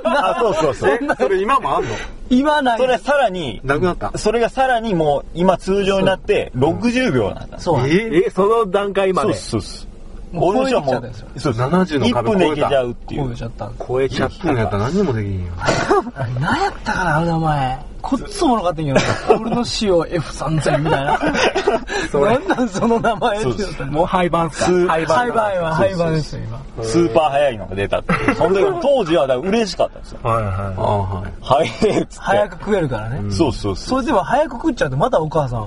D: あ、そうそうそう。
B: えそれ今もあんの
A: 今ない
D: そ。れさらに、
B: なくなった
D: それがさらにもう今通常になって60秒なんだ。
A: そうなんです。
C: え、その段階ま
D: そう
C: で
D: っ。すそうっす。
A: もう
D: 俺の人はも
A: 超えてきちゃった
D: う、そう
B: 70の
D: 1
B: 壁
D: 分
B: 越
D: で
B: え
D: いけち
B: た
D: ゃうってい
A: こう
D: う
A: し。ちゃったんです
C: 超えちゃっ
B: 1分やったら何にもできんよ
A: 何やったかな、あの名前。こっちもなかったんや <laughs> けど、俺の塩 F3000 みたいな。なんなんその名前って言った
C: た。
A: の
C: もう廃盤っす
D: スー
C: か廃盤。
A: ハイバイはハイバイですよ、今。
D: スーパー早いのが出たっていう。その時当時はだから嬉しかったんですよ。
C: はいはい。
B: あはい
D: はい、っつっ
A: 早
D: て。
A: く食えるからね。
D: そうそうそう。
A: それでは早く食っちゃうと、またお母さん、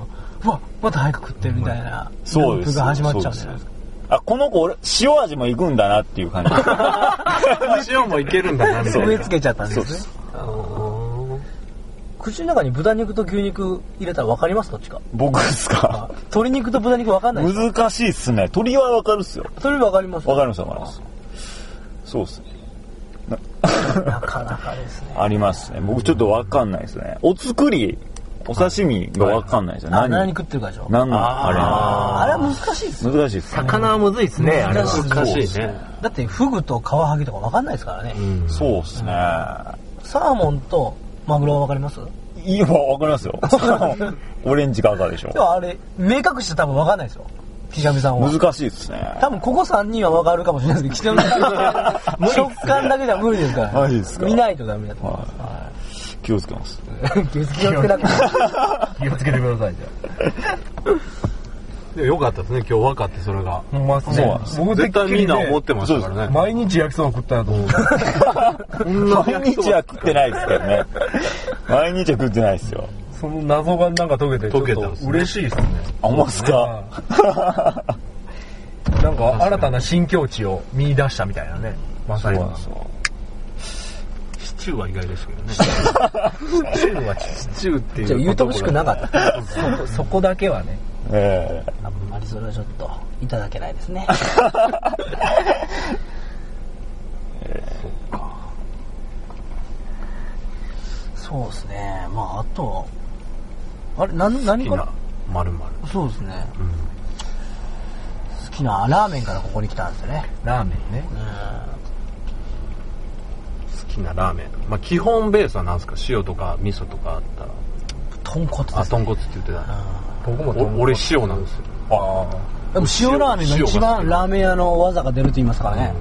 A: うわ、また早く食ってるみたいな、
D: そうです。
A: ループが始まっちゃうんじゃないですか。
D: あ、この子俺、塩味もいくんだなっていう感
A: <laughs>
D: じ。
B: 塩もいけるんだなみたい
A: 植え
B: な
A: 付けちゃったんですね。口の中に豚肉と牛肉入れたら分かりますどっちか。
D: 僕ですか。
A: 鶏肉と豚肉分かんないです。
D: 難しいっすね。鳥はわかるっすよ。
A: それ分かります
D: わかりますわかります。そうっすね。
A: なかなかですね。
D: ありますね。僕ちょっとわかんないですね。お作り、お刺身がわかんないですよ。
A: 何
D: 何
A: 何食ってるかでしょ
D: 何のあ
A: あれは難しいです
D: れ
A: よ。
D: 難しいですね。
C: 魚はむずいっすね、あれは。
A: 難
B: 難
A: しい
B: し
A: です
B: いね
A: だってフグとカワハギとか分かんないですからね。
D: そうですね。
A: サーモンとマグロは分かります
D: いいわ、わかりますよ。 <laughs> オレンジか赤でしょ
A: で。もあれ、明確して多分分かんないですよ。岸上さんは。
D: 難しいですね。
A: 多分ここ3人は分かるかもしれないですけど、北 <laughs> 村さん食感だけじゃ無理ですから、
D: マジですか
A: 見ないとダメだと思
D: はい気をつけます。
A: う。気をつけなくて。
C: 気をつけてください、じゃ
B: でもよかったですね今日分かってそれが
C: あ。ほんまっす
D: そう
C: ね
D: なんで。
C: 僕
B: 絶対みんな思ってましたか
D: そう
B: らね
C: 毎日焼きそば食ったなと思う。
D: 毎日は食ってないですけどね。毎日は食ってないですよ。
C: その謎がなんか解けて、ちょ
B: 解けた
C: っ
B: っす
C: と
B: ね
C: 嬉しいっすね。
D: あ、ほんまっすか
C: <laughs> なんか新たな新境地を見出したみたいなね。ま
D: そ
C: さ
D: う
C: に。
D: なんですよ。
B: シチューは意外ですけどね
C: シチューはち
B: シチューっていう
A: じゃあ言うてほしくなか <laughs> った。
C: ょっとそこだけはね。
D: ええ
A: あんまりそれはちょっと、いただけないですね。 <laughs> そうですね。まああと、あれ、なん何から
B: まるまる
A: そうですね。好きなラーメンからここに来たんですよね。
C: ラーメンね。
B: 好きなラーメンまあ基本ベースは何ですか塩とか味噌とかあったら
A: 豚骨です
B: あ豚骨って言ってた
C: 僕も
B: お俺塩なんですよ
D: あ
A: でも塩ラーメンが一番ラーメン屋の技が出ると言いますからね。
D: あ。あ
B: だ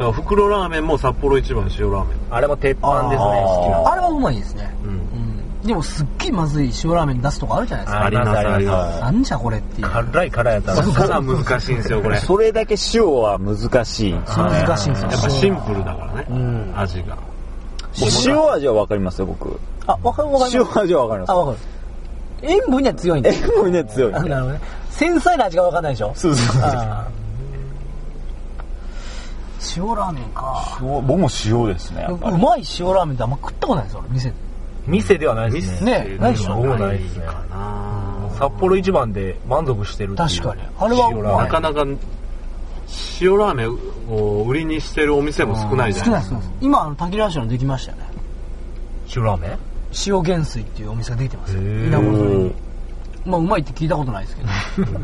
B: から袋ラーメンも札幌一番の塩ラーメン
C: あれも鉄板ですね、
D: あー
C: 好きな。
A: あれはうまいですね。
B: うん
A: うん。でもすっげえまずい塩ラーメン出すとこあるじゃないですか。
B: ありますありま
A: なんじゃこれっていう。
C: 辛い辛いやつある
B: すただ難しいんですよこれやっ
D: それだけ塩は難しいんですよね。
A: 難しいんです
B: ぱ
A: よ。
B: シンプルだからね味が
D: 塩味はわかりますよ、僕。
A: あ、わかるわかる。
D: 塩味はわかり
A: あ、
D: ま
A: わかる。塩分には強いんです
D: す。塩分ね、強い
A: あ。なるほどね。繊細な味がわかんないでしょ
D: そうそうそう。
A: あ塩ラーメンか。
D: 僕も塩ですね。や
A: う
D: っぱり
A: まい塩ラーメンってあんま食ったことないですよ、俺、店で。
C: 店ではないですね。
A: ねないでしょ
C: 僕もないですね。札幌一番で満足してるっていう
A: 確かに。あれは、
C: 塩ラーメン
B: なかなか塩ラーメンを売りにしてるお店も少ないじゃ
A: 少
B: な
A: ないいです。今、あの、滝川市のできましたよね。
C: 塩ラーメン
A: 塩原水っていうお店ができてますよ。
C: へえ
A: 稲穂沿いに
D: うん
A: まあ、うまいって聞いたことないです
D: <laughs>
A: けど。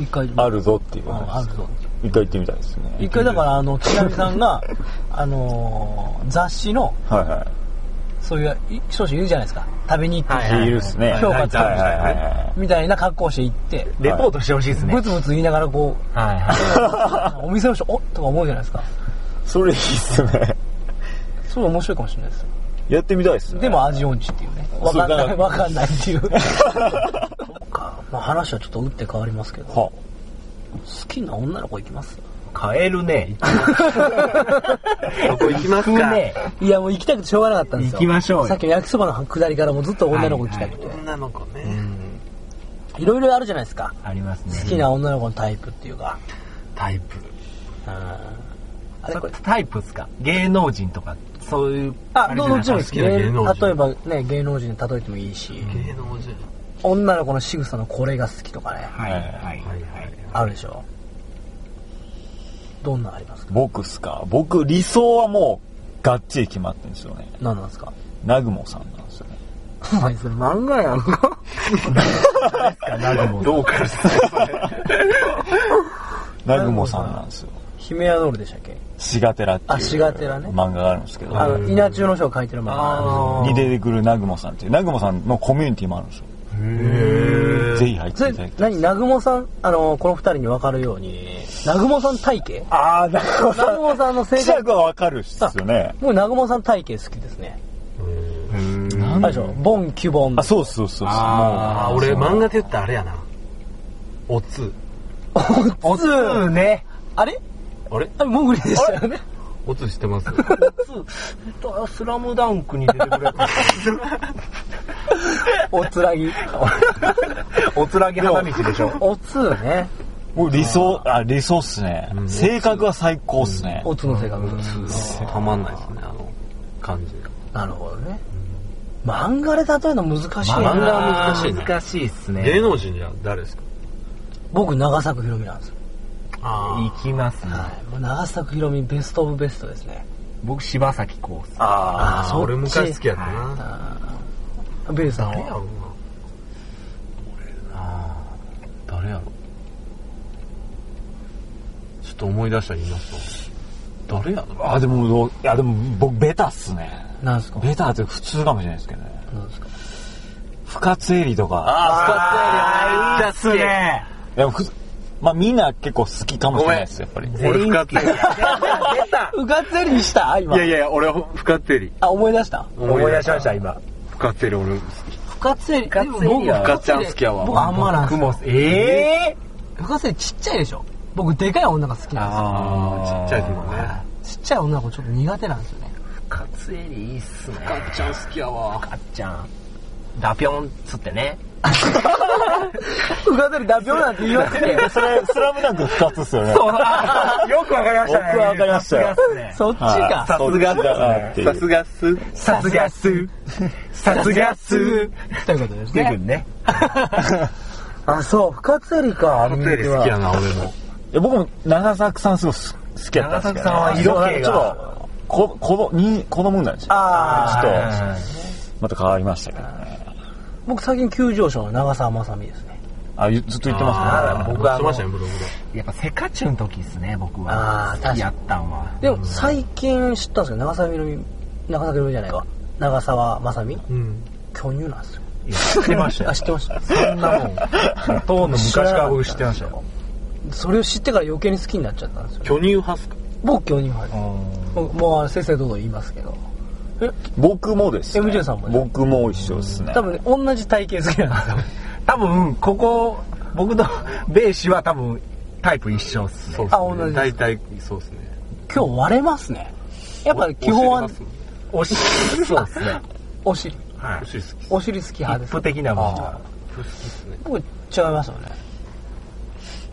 A: 一回、
D: あるぞっていうことで
A: ああるぞ。
D: す。一回行ってみたいですね。
A: 一回だから、あの、ちなみさんが、 <laughs> あのー雑誌の、
D: はいは
A: そういう、い少々いるじゃないですか。食べに行って、
D: い。いいですね。
A: 評価つくみたいな
D: はいはいはいはい。
A: みたいな格好をして行って、
C: レポートしてほしいですね。
A: ブツブツ言いながらこう、
C: はいは
D: <laughs>
A: お店の人、おっとか思うじゃないですか。
D: それいいっすね。
A: それ面白いかもしれないです。
D: やってみたいですね。
A: でも味音痴っていうね。わ
D: そう
A: かんな
D: だ
A: い、
D: から
A: わかんないって
D: <laughs>
A: いう。そうか。まあ話はちょっと打って変わりますけど。好
D: は、
A: きな女の子行きます
C: い。買えるね。
B: そこ行きますか。
A: いやもう行きたくてしょうがなかったんです
C: 行
A: よ。
C: きましょうよ
A: さっきの焼きそばの下りからもうずっと女の子行きたくて。
B: 女の子ね。
A: いろいろあるじゃないですか。
C: ありますね。
A: 好きな女の子のタイプっていうか。
C: タイプ。
A: うんあれこれ。
C: タイプですか芸能人とか、そういう。
A: あ、どっちも好き
B: 好きな
A: 例え
B: 芸能人
A: ばね、芸能人に例えてもいいし、
B: 芸能人。
A: 女の子の仕草のこれが好きとかね、
C: はいはいはい。
A: あるでしょ。どんなのありますか
D: 僕っすか。僕、理想はもう、がっちり決まってるんですよね。
A: 何なんですか
D: 南雲さんなんですよね。
A: お前それ漫画やんか。
B: どうかして
D: 南雲さんなんですよ。
A: <laughs> 姫屋ドールでしたっけ
D: シガテラっていう。
A: あシガテラね
D: 漫画があるんですけど。
A: あの、稲中の書を書いてる漫画。
D: に出てくる南雲さんっていう、南雲さんのコミュニティもあるんですよ。ぜひ入っ
A: それ
D: ていただき、たい。
A: 何、南雲さん、あの、この二人に分かるように、南雲さん体型
D: あー、南雲
A: 南雲さんの性
D: 記者
A: 格。
D: がわかるっすよね。
A: もう南雲さん体型好きですね。あれでしょ、ボン、キュボン
D: あ、。そうそうそうそう。
B: ああ、俺漫画で言ったらあれやな。おつ。
A: おつ
C: そうね。
A: あれ
B: あれ
A: あれ、モグリでしたよね。
B: おつしてます。
C: <laughs> スラムダンクに出てくれた。
A: <laughs> おつらぎ。
C: おつらぎ花道でし
A: <laughs>
C: ょ。
A: おつね。
D: もう理想、あ、理想っすね。性格は最高っすね。
A: おつの性格。
B: たまんないですね、あの感じ。
A: なるほどね。漫画で例えるの難しい
B: 漫
A: な。
B: 画は難しいね
C: 難しいっすね。
B: 芸能人じゃ誰ですか
A: 僕、長作ひろみなんですよ。
B: あ
C: 行きますね。
A: はい。もう長作ひろみベストオブベストですね。
C: 僕、柴咲コウさん。
B: あ
A: あ
B: ー
A: そっち
B: 俺昔好きやったな。
A: ベイさん
B: 誰やろ
A: は。
B: うな。俺な誰やろちょっと思い出したら言いますわ誰やろ
D: あ、でもどう、いや、でも僕、ベタっすね。
A: なんですか
D: ベタって普通かもしれないですけどね。
A: なんですか
D: 深津絵里とか。
B: あ
C: っすね。
D: でもふまあみんな結構好きかもしれないです、やっぱり。
B: 俺深津絵里
A: <laughs> うかつりにした今
B: いや。いや、俺、深津絵里。
A: あ、思い出した。
C: 思い出しました、。今。
B: 深津絵里、俺、
A: 深津絵里、深
C: 深津絵里は
B: 深津ちゃん好きやわ
A: 僕あんまなんですよ
C: 雲、ええ
A: 深津絵里ちっちゃいでしょ。僕、でかい女が好きなんで
B: ちっちゃい時もね。
A: すよ。ちっちゃい女の子ちょっと苦手なんですよね。
C: カツエリいいっすね。
B: 深津ちゃん好きやわ。
C: かっちゃん。ダピョンっつってね。
A: うかつりダビョなんて言いませんよ。
D: それ、スラムダンク深津っす <laughs> よね。
C: よくわかりま
D: したね僕わかりましたよ
A: <laughs> そっち
D: はい
A: か。
D: そうだなっていう
B: さすがっす。
C: さすがっす。さすがっす。
A: ということです
C: てく
A: ね。
C: んね。
A: あ、そう、深津絵里か。
B: 深津絵里好きやな、俺も。
D: いや僕も長作さんすごいす好きやったんです
C: 長作さ
D: けど、
C: んは色気が
D: ちょっとこ子供に子供になるんですよ
A: あ
D: ちょっ
C: あ
D: とまた変わりましたけどね
A: 僕、最近急上昇の長澤まさみですね。
D: あゆずっと言ってますね
C: 僕はあ
B: し
C: の
B: ましたね、ブログで。
C: やっぱセカチュンの時ですね、僕
A: あ
C: は。
A: ー
C: 好きやったんは。
A: でも、最近知ったんですけど、長澤みのみ、長澤みのみじゃないわ。長澤まさみ
B: うん。
A: 巨乳なんですよ。
C: 知ってましたよ
A: <laughs> あ、知ってました。
C: そんなもん。当の昔から僕知ってましたよ。
A: それを知ってから余計に好きになっちゃったんですよ。
B: 巨乳派っすか
A: 僕巨乳派です。もう、先生どうぞ言いますけど。
D: 僕もです、ね、
A: MJ さんもね
D: 僕も一緒ですね
A: 多分ね、同じ体型
C: <laughs>
A: 好きなんですよ。
C: 多分、ここ、僕と <laughs> ベイシは多分、タイプ一緒っすね。
B: そうっす
A: あ同じで
B: ね。
A: す
B: 大体、そうっすね。
A: 今日割れますね。やっぱ基本は
C: おし、そうっすね。
A: <laughs> お尻、
C: はい
B: 欲。しいっす。
A: お尻好き派で
C: 一
A: す
C: 歩。的なもんが。
A: 僕違いますよね。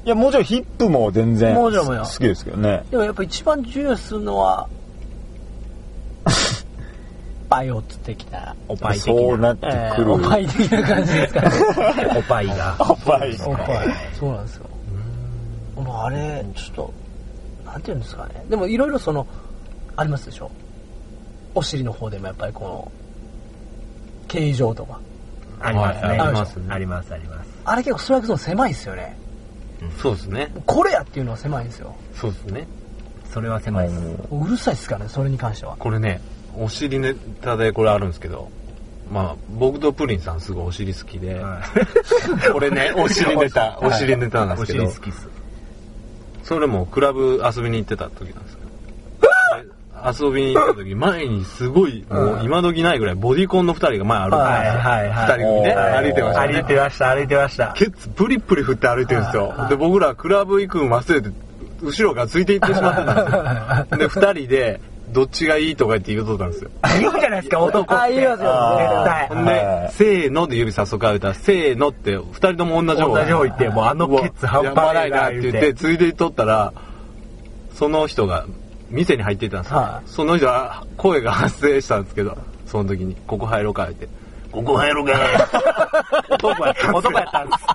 D: いや、もちろんヒップも全然
A: も
D: 好
A: ちろんもちろん
D: きですけどね。
A: でもやっぱ一番重要視する
C: <laughs>
A: のは、パイオツ的な、
B: おっぱい的
D: そう
B: な。
D: なって
A: えー
D: くる。
A: おパイ的な感じですから、
B: おっぱいが。
D: おっぱい。
A: そうなんですよ。まああれ、ちょっと、なんていうんですかね。でもいろいろその、ありますでしょ。お尻の方でもやっぱりこの、形状とか。
E: ありますね。
B: はい
A: あ
E: あ
A: り
E: り
A: ま
E: ますす、あります、あります。
A: あれ結構ストライクゾーン狭いですよね。
B: そうですね。
A: これやっていうのは狭いんですよ。
B: そうですね。
E: それは狭いです。
A: うるさいっすからね、それに関しては。
B: これね、お尻ネタでこれあるんですけど、まあ、僕とプリンさんすごいお尻好きで、 <laughs> これね、お尻ネ
E: <laughs>
B: <laughs> タ、お尻ネタなんですけど、
E: きっす。
B: それもクラブ遊びに行ってた時なんですけど、遊びに行った時、前にすごい、もう今時ないぐらい、ボディコンの二人が前歩いて
E: はい
B: た、
E: はいはい。
B: 二人組ね、
D: はい
B: 歩いてました
E: 歩
B: ね
E: い。てました、歩いてました。
B: ケツプリプリ振って歩いてるんですよ。で、僕らクラブ行くん忘れて、後ろがついていってしまってた
E: <laughs>
B: んですよ。で、二人で、どっちがいいとか言って言うとったんですよ。
E: いいじゃないですか、男って。
A: あ、いいますよ。
E: 絶
B: ほんで、
D: はい
B: せーので指さそかれたら、せーのって、二人とも同じ方
E: 同じ方行ってもうあのケツ半端ないな
B: やばって言って、ついでいとったら、その人が、店に入っていったんですよ、
A: は
B: その人は、声が発生したんですけど、その時に、ここ入ろうか、って。ここ入ろうか。男やったんですよ
E: 男やったんです。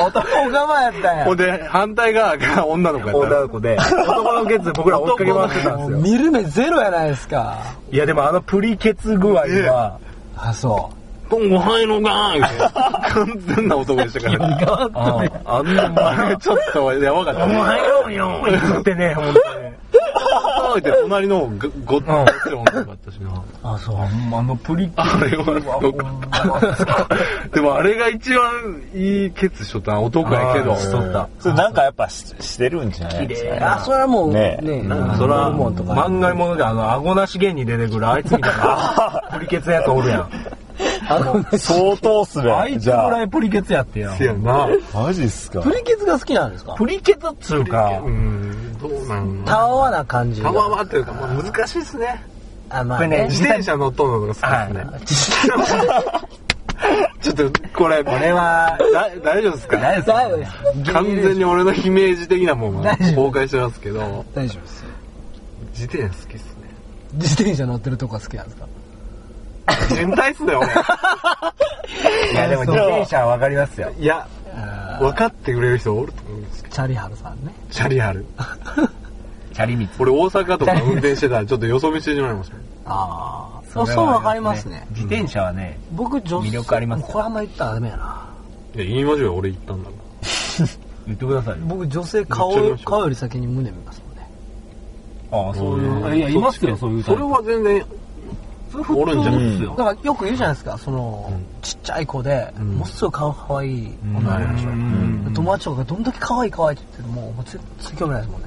A: 男我慢やったんや
B: ほんで、反対側が女の子やったんです
E: 女の子で、男のケツ僕ら追っかけ回ってたん
A: も
E: で
A: う
E: すよ。
A: 見る目ゼロやないですか。
E: いやでもあのプリケツ具合は、
A: あ、そ
B: 今後入ろうかーって。完全な男でしたからね。あんな前がちょっとやばかった。
E: もう入ろうよ言ってね、ほんと
B: 入って隣のごごっつい女の子だったしな。
A: う。あ、そう。
C: ほんまあのプリ
B: あれは良かった。でもあれが一番いいケツしとったな男やけど。
E: あーしとった
D: それなんかやっぱししてるんじゃないですかね。
A: あ、それはもう、ね
D: ね
B: なんかそら、
A: ホルモンとか
E: 漫画ものであの、顎なし芸に出てくるあいつみたいな、プリケツやつおるやん。
D: 相当っす
C: あい
D: ね。
C: つ
D: じ
C: ぐ
D: ゃ
C: ら
D: あ、
C: いプリケツやってやん
B: せやな。
D: マジっすか
A: プ。リケツが好きなんですか
E: プリケツっつうか
B: う、ん、どうなん
A: たわわな感じが。
B: たままっていうか、まあ難しいっすね。
A: あ、まあ
E: これ
A: <laughs>
E: ね
B: 自転車乗っとんのが好きですね。ちょっと、これ、これは、だ大丈夫ですか
A: 大丈夫です。
B: 完全に俺のイメージ的なもんが崩壊してますけど、
A: 大丈夫です。
B: 自転車好きっすね。
A: 自転車乗ってるとこが好きなんですか
B: 変態っすね、俺。
E: いやでも自転車はわかりますよ。
B: いや、分かってくれる人おると思うんですけど、
A: チャリハルさんね。
B: チャリある。
E: チャリミツ。
B: 俺大阪とか運転してたらちょっとよそ見してしまいました。
A: ああ。そう、そうわかりますね。
E: 自転車はね、
A: 僕、女性。
E: 魅力あります
A: これあんま言ったらダメやな。
B: いや、言いましょうよ、俺行ったんだか
E: 言ってくださいよ。
A: 僕、女性顔
B: 言っちゃいましょう
A: 顔より先に胸見ますもんね。
C: ああそういういやいますけどそうい
B: ら。
C: う
B: それは全然、おるんじゃない
D: うん
A: だからよく言うじゃないですか、その、ちっちゃい子で、もっすぐ顔可愛い女の子いるでしょ。友達とかがどんだけ可愛い可愛いって言っても、もう全然興味ないですもんね。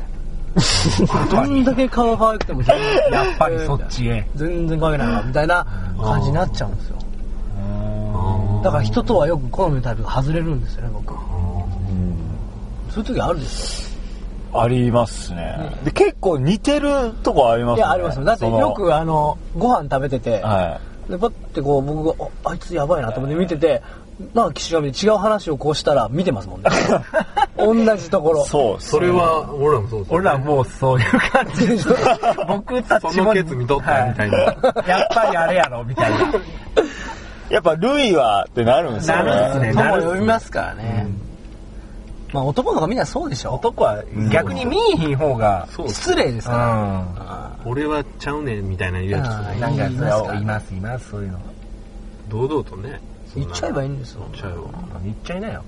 A: どんだけ顔可愛くても全然、
E: やっぱりそっちへ。
A: 全然関係ないな、みたいな感じになっちゃうんですよ。だから人とはよく好みのタイプが外れるんですよね、僕。そういう時あるでし
D: ありますね。で、結構似てるとこありま
A: ょ
D: すね。
A: いや、ありますよ。だって
D: その
A: よ、くあの、ご飯食べてて、
D: は
A: で、パッてこう僕が、ああいつやばいなと思って見てて、なんか岸上で違う話をこうしたら見てますも <laughs> んね。同じところ。
D: い。
A: <laughs>
D: そうっす
B: そ
D: ね
B: れは、俺らもそうですよ
E: 俺らもうそういう感じでしょ。僕たちも。
B: そのケツ見とったみたいな
E: はやっぱりあれやろ、みたいな。
D: やっぱ、ルイはってなるんですよね。
E: なるっすね
A: 友を呼びますからね。まあ男の子みんなそうでしょ
E: 男は逆に見えひん方が、
B: そうっす
A: 失礼です
E: う
A: から。
E: ん。
B: 俺はちゃうねんみたいな言うやつですね。
E: なんかそれを
A: 言い
E: い
A: ま
E: ますいますそういうの
B: 堂々とね。
A: 言っちゃえばいい
B: ん
A: んですよ。
B: ちゃえば。
E: 言っちゃいなよ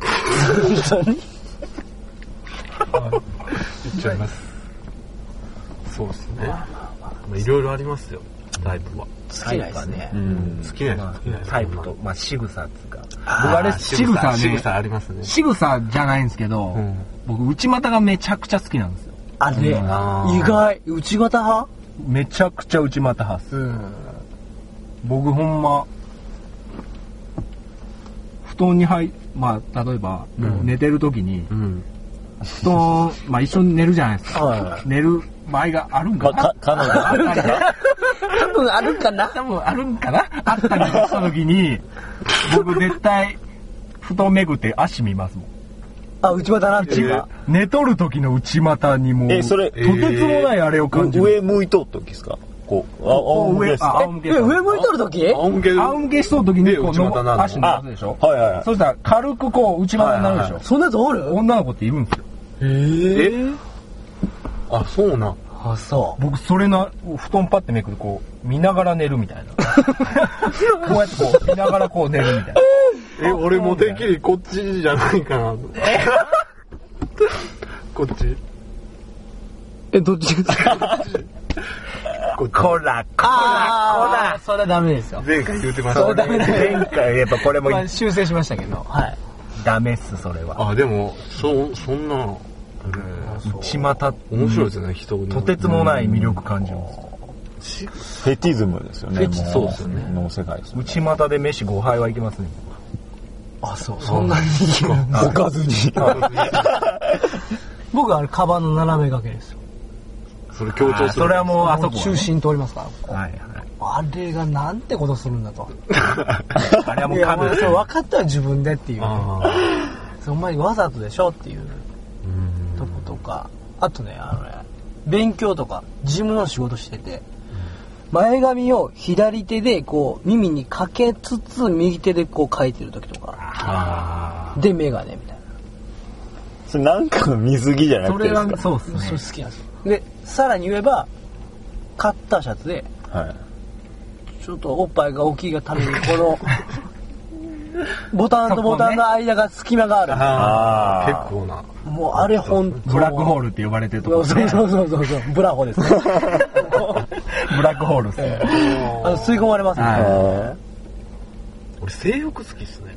A: 本当に
B: 言っちゃいます。そうですね。まあいろいろありますよ、タイプは。
A: 好きないですね。
D: うん。
B: 好きな人好きな人
E: タイプとまあ仕草っつうか
C: 僕あれ仕草
B: 仕
C: ね
B: 草ありますね。
C: 仕草じゃないんですけど、
B: うん
C: 僕内股がめちゃくちゃ好きなんですよ
A: あれ、
B: あー
A: 意外、内股派
C: めちゃくちゃ内股派っす
A: うん。
C: 僕ほんま布団に入まあ例えば、寝てる時に
B: うん。
C: 布団まあ一緒に寝るじゃないですか
A: はい。
C: 寝る場合があるん
D: ま
C: かな
D: あ、か、彼女
C: あるかな
A: 多
C: 多分
A: 分あるかな
C: あるんかなあったりした時に、僕絶対、布団めぐって足見ますもん。
A: あ、内股なっていうか。
E: 寝とる時の内股にもう、
D: えそれ
E: とてつもないあれを感じる。
D: 上向いとっときですかこう、あ、
E: こう
D: 仰向
E: 上
D: けですか
E: 仰向
A: え、
E: け
A: 上向いとる時
B: 仰向け
E: 仰向けしとる時に、こう、
B: で内股なの
E: 足伸ばすでしょ
D: はいはいはい
E: そしたら軽くこう、内股になるでしょ、
A: そんなやつおる
E: 女の子っているんですよ。
B: えあ、そうなん。
A: あ、そ
E: 僕、それな、布団パッてめくる、こう、見ながら寝るみたいな。こうやってこう、見ながらこう寝るみたいな。
B: え、俺もてっきりこっちじゃないかなと。 <laughs> こっち。
A: う。え、どっち
B: こっち。こら、
A: <laughs> ああ、それはダメですよ。
B: 前回言ってまし
A: それは
B: た
A: ダメ
B: ね。
A: だよ。
E: 回やっぱこれ
A: まあ、修正しましたけど。はい。
E: ダメっす、それは。
B: あ、でも、そ、そんな、
E: 内股、
B: 面白いですね、人の。
E: とてつもない魅力感じます。
D: フェティズムですよね。
B: フェチ
D: も
B: そうですよね
D: の世界ですね。
E: 内股で飯5杯はいけますね。
A: あ、そう。そんなに。
D: おかずに。
A: 僕はあれ、カバンの斜め掛けですよ。
B: それ強調する。
E: それはもうあそこはね
A: 中心通りますから。
E: はいはい。
A: あれがなんてことするんだと。
E: あれはも
A: いうや、
E: 神
A: もう
E: です
A: それ分かったら自分でっていう。
B: あ
A: その前にわざとでしょっていう
B: ーうん
A: とことか。あとね、あのね、勉強とか、事務の仕事してて、前髪を左手でこう耳にかけつつ右手でこう書いてる時とか
B: あ
A: で眼鏡みたいな
D: それなんかの水着じゃな
E: そ
D: く
E: れ
D: てです
E: は、
D: か
E: そうっすね
A: そ。れ好きなんですよでさらに言えばカッターシャツで
D: はい。
A: ちょっとおっぱいが大きいがためにこのボタンとボタンの間が隙間がある
B: あ
D: あ
B: ー。結構な。
A: もうあれ本当
E: ブラックホー
A: ル
E: ルって呼ばれてるとこ
A: そう
E: ろ、
A: そう
E: ね。
A: そうそうそうそうブラホですね
E: ブラックホールっすね。
A: あの吸い込まれますね、
E: はい
D: 構。
B: 俺、制服好きっすね。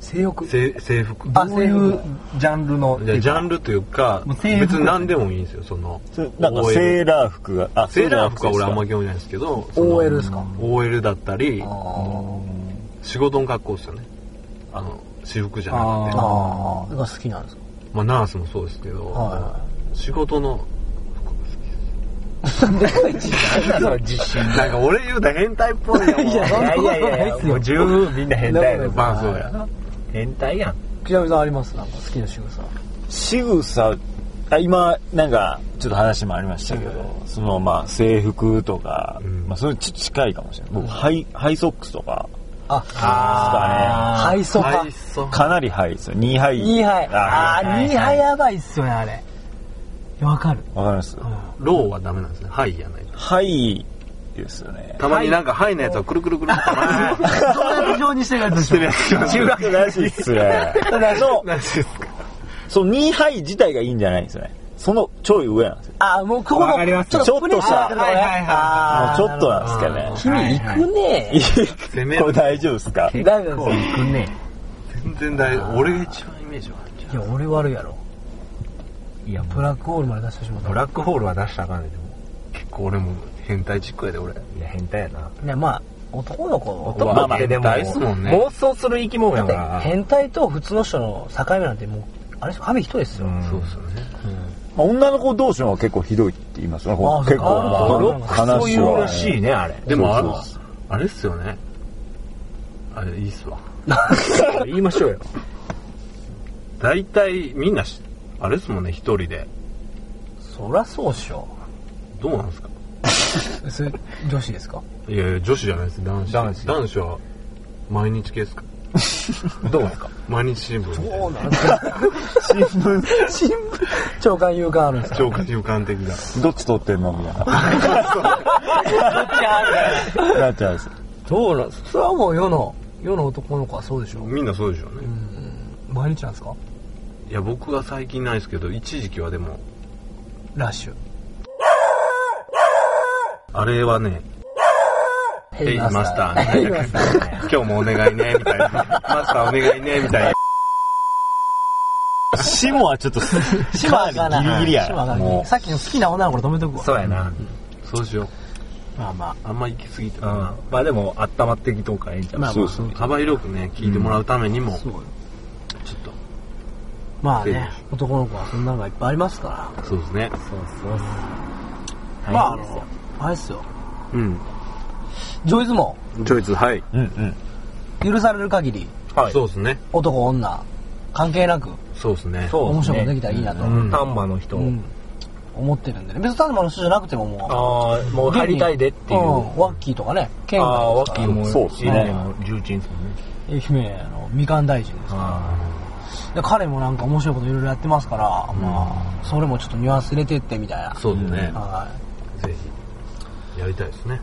A: 性欲
B: 制制服。
A: あ
E: そういうジャンルの。
B: じゃあジャンルというか
E: もう、制服
B: 別に何でもいいんですよ、その。
D: それなんか
B: OL
D: セーラー服が、あ、
B: セーラー服は俺あんま
D: り。
B: 興味ないんですけど、その
A: OL ですか
B: OL だったり、
A: あ
B: 仕事の格好ですよね。あの、私服じゃなくて。
A: あーが好きなんですか
B: まあ、ナースもそうですけど、
A: はいは
B: 仕事の
D: それ自信。
B: なんか俺言うたら変態っぽいよ。
A: いやそんなことないっすよ
D: 十分みんな変態やで
B: まあそうやな。
D: 変態やん。
A: 木南さんありますなんか好きな仕草
D: 仕草あ今なんかちょっと話もありましたけど、そのまあ制服とか、
B: うん
D: まあそれちょっと近いかもしれない僕、ハイハイソックスとか
A: ああ配送か
B: はい、そう。
D: かなりハイですよ2ハイ
A: ニーハイあ
D: あ
A: あニーハイやばいっすよねあれいやわかる
D: わかります、
B: ローはダメなんですね。はいやないと。
D: ハイですよね
B: たまになんかはいのやつをくるくるくるって回して。
A: ドーナツ状にしてるやつでしょ
D: 中学らしいっすねただの
B: 何ですか
D: その2ハイ自体がいいんじゃないんですよねそのちょい上なんですよ
A: ああもうここ
E: わかります
A: ちょっとプニプニなってると
E: は
A: こね
E: いはいはい
A: ああ
D: もうちょっとなん
B: なる
D: で
B: ほ
D: すけどね
A: 君行くね
B: 攻め
D: これ大丈夫ですか
A: ダメなんですよ
E: くね。
B: 全然大丈夫。俺が一番イメージ悪いんじゃん。
A: いや俺悪いやろ
E: いや、ブ
A: ブ
E: ラ
A: ラックホールまで出してしまった
E: ブラックホールは出したらあかんねんでも。
B: 結構俺も変態チックやで、俺。
E: いや、変態やな。
A: ねまあ男の子
E: 男
D: まあまあ
E: ってでも、
B: 変態っすもんね
E: 妄想する生き物や
A: だ
E: か
A: って
E: ら。
A: 変態と普通の人の境目なんてもうあれ紙一重ですよ、
E: うん
B: そうですよね。
D: まあ女の子同士も結構ひどいって言いますよね
A: あそう
D: 結構
A: か
D: まあ
A: ロック
E: そうい
D: 話
E: う
D: は
E: らしいね、あれ。
B: でもあ
D: そう
B: の
D: そうそ、
B: あれっすよね。あれ、いいっすわ。
E: 言いましょうよ。
B: 大体みんなし、あれっすもんね、一人で。
A: <laughs> そりゃそうっしょ
B: どうなんですか
A: それ女子ですか
B: いやいや、女子じゃないです、男子。
E: 男子
B: 男子は、毎日系ですか
E: <laughs> どうですか
B: 毎日新聞みたいな。
A: 新聞長官有感あるんですか
B: 超過予感的な。
D: どっち取ってんのみたいな。なっちゃうんです。
A: どうなんそれはもう世の世の男の子はそうでしょ
B: みんなそうでしょうね。
A: 毎日なんですか
B: いや、僕は最近ないですけど、一時期はでも、
A: ラッシュ
B: あれはね、ヘイマスター
A: ヘイ
B: ね。
A: マスター
B: 今日もお願いね、みたいな。マスターお願いね、みたいな。
D: シモはちょっと、シモ
A: 島が
D: はギリギリや
A: 島が
D: な。も
A: さっきの好きな女の子と止めとくわ
E: そうやな。
B: そうしよ
A: まあま
B: う。あんま行き過ぎて
E: う
B: も
E: ん
B: な。。
E: <laughs> まあでも、温まってきとうからええんちゃう
A: まあ
D: そうですね。
B: 幅広くね、聞いてもらうためにも、
A: あ
B: ち
A: そ
B: ょ
A: うよ
B: っと、
A: まあね男の子はそんなのがいっぱいありますから
B: そうですね。
A: まああのあれっすよ
B: うん。
A: ジョイズも
B: ちょいつ、はい。
D: うんうん。
A: 許される限り
E: はい。
B: そうですね。
A: 男女関係なく
B: そうですね。
C: そう
A: 面
C: です
A: 白いこ
C: ね
A: とできたらいいなと、
B: うん
C: 丹波の人、
A: うん思ってるんでね別に丹波の人じゃなくてもも
B: ああ、もう
A: う
B: 入りたいでっていう。
A: ん
B: あ
A: ワッキーとかね県外
B: あー、
A: と
B: ワ
A: か
B: ッキーも、
D: そうですね
B: 愛媛の重鎮ですもんね。
A: 愛媛のみかん大臣ですからで彼もなんか面白いこといろいろやってますから、まあそれもちょっとニュアンス入れてってみたいな
B: そうですね。
A: はい
B: ぜひ、やりたいですね。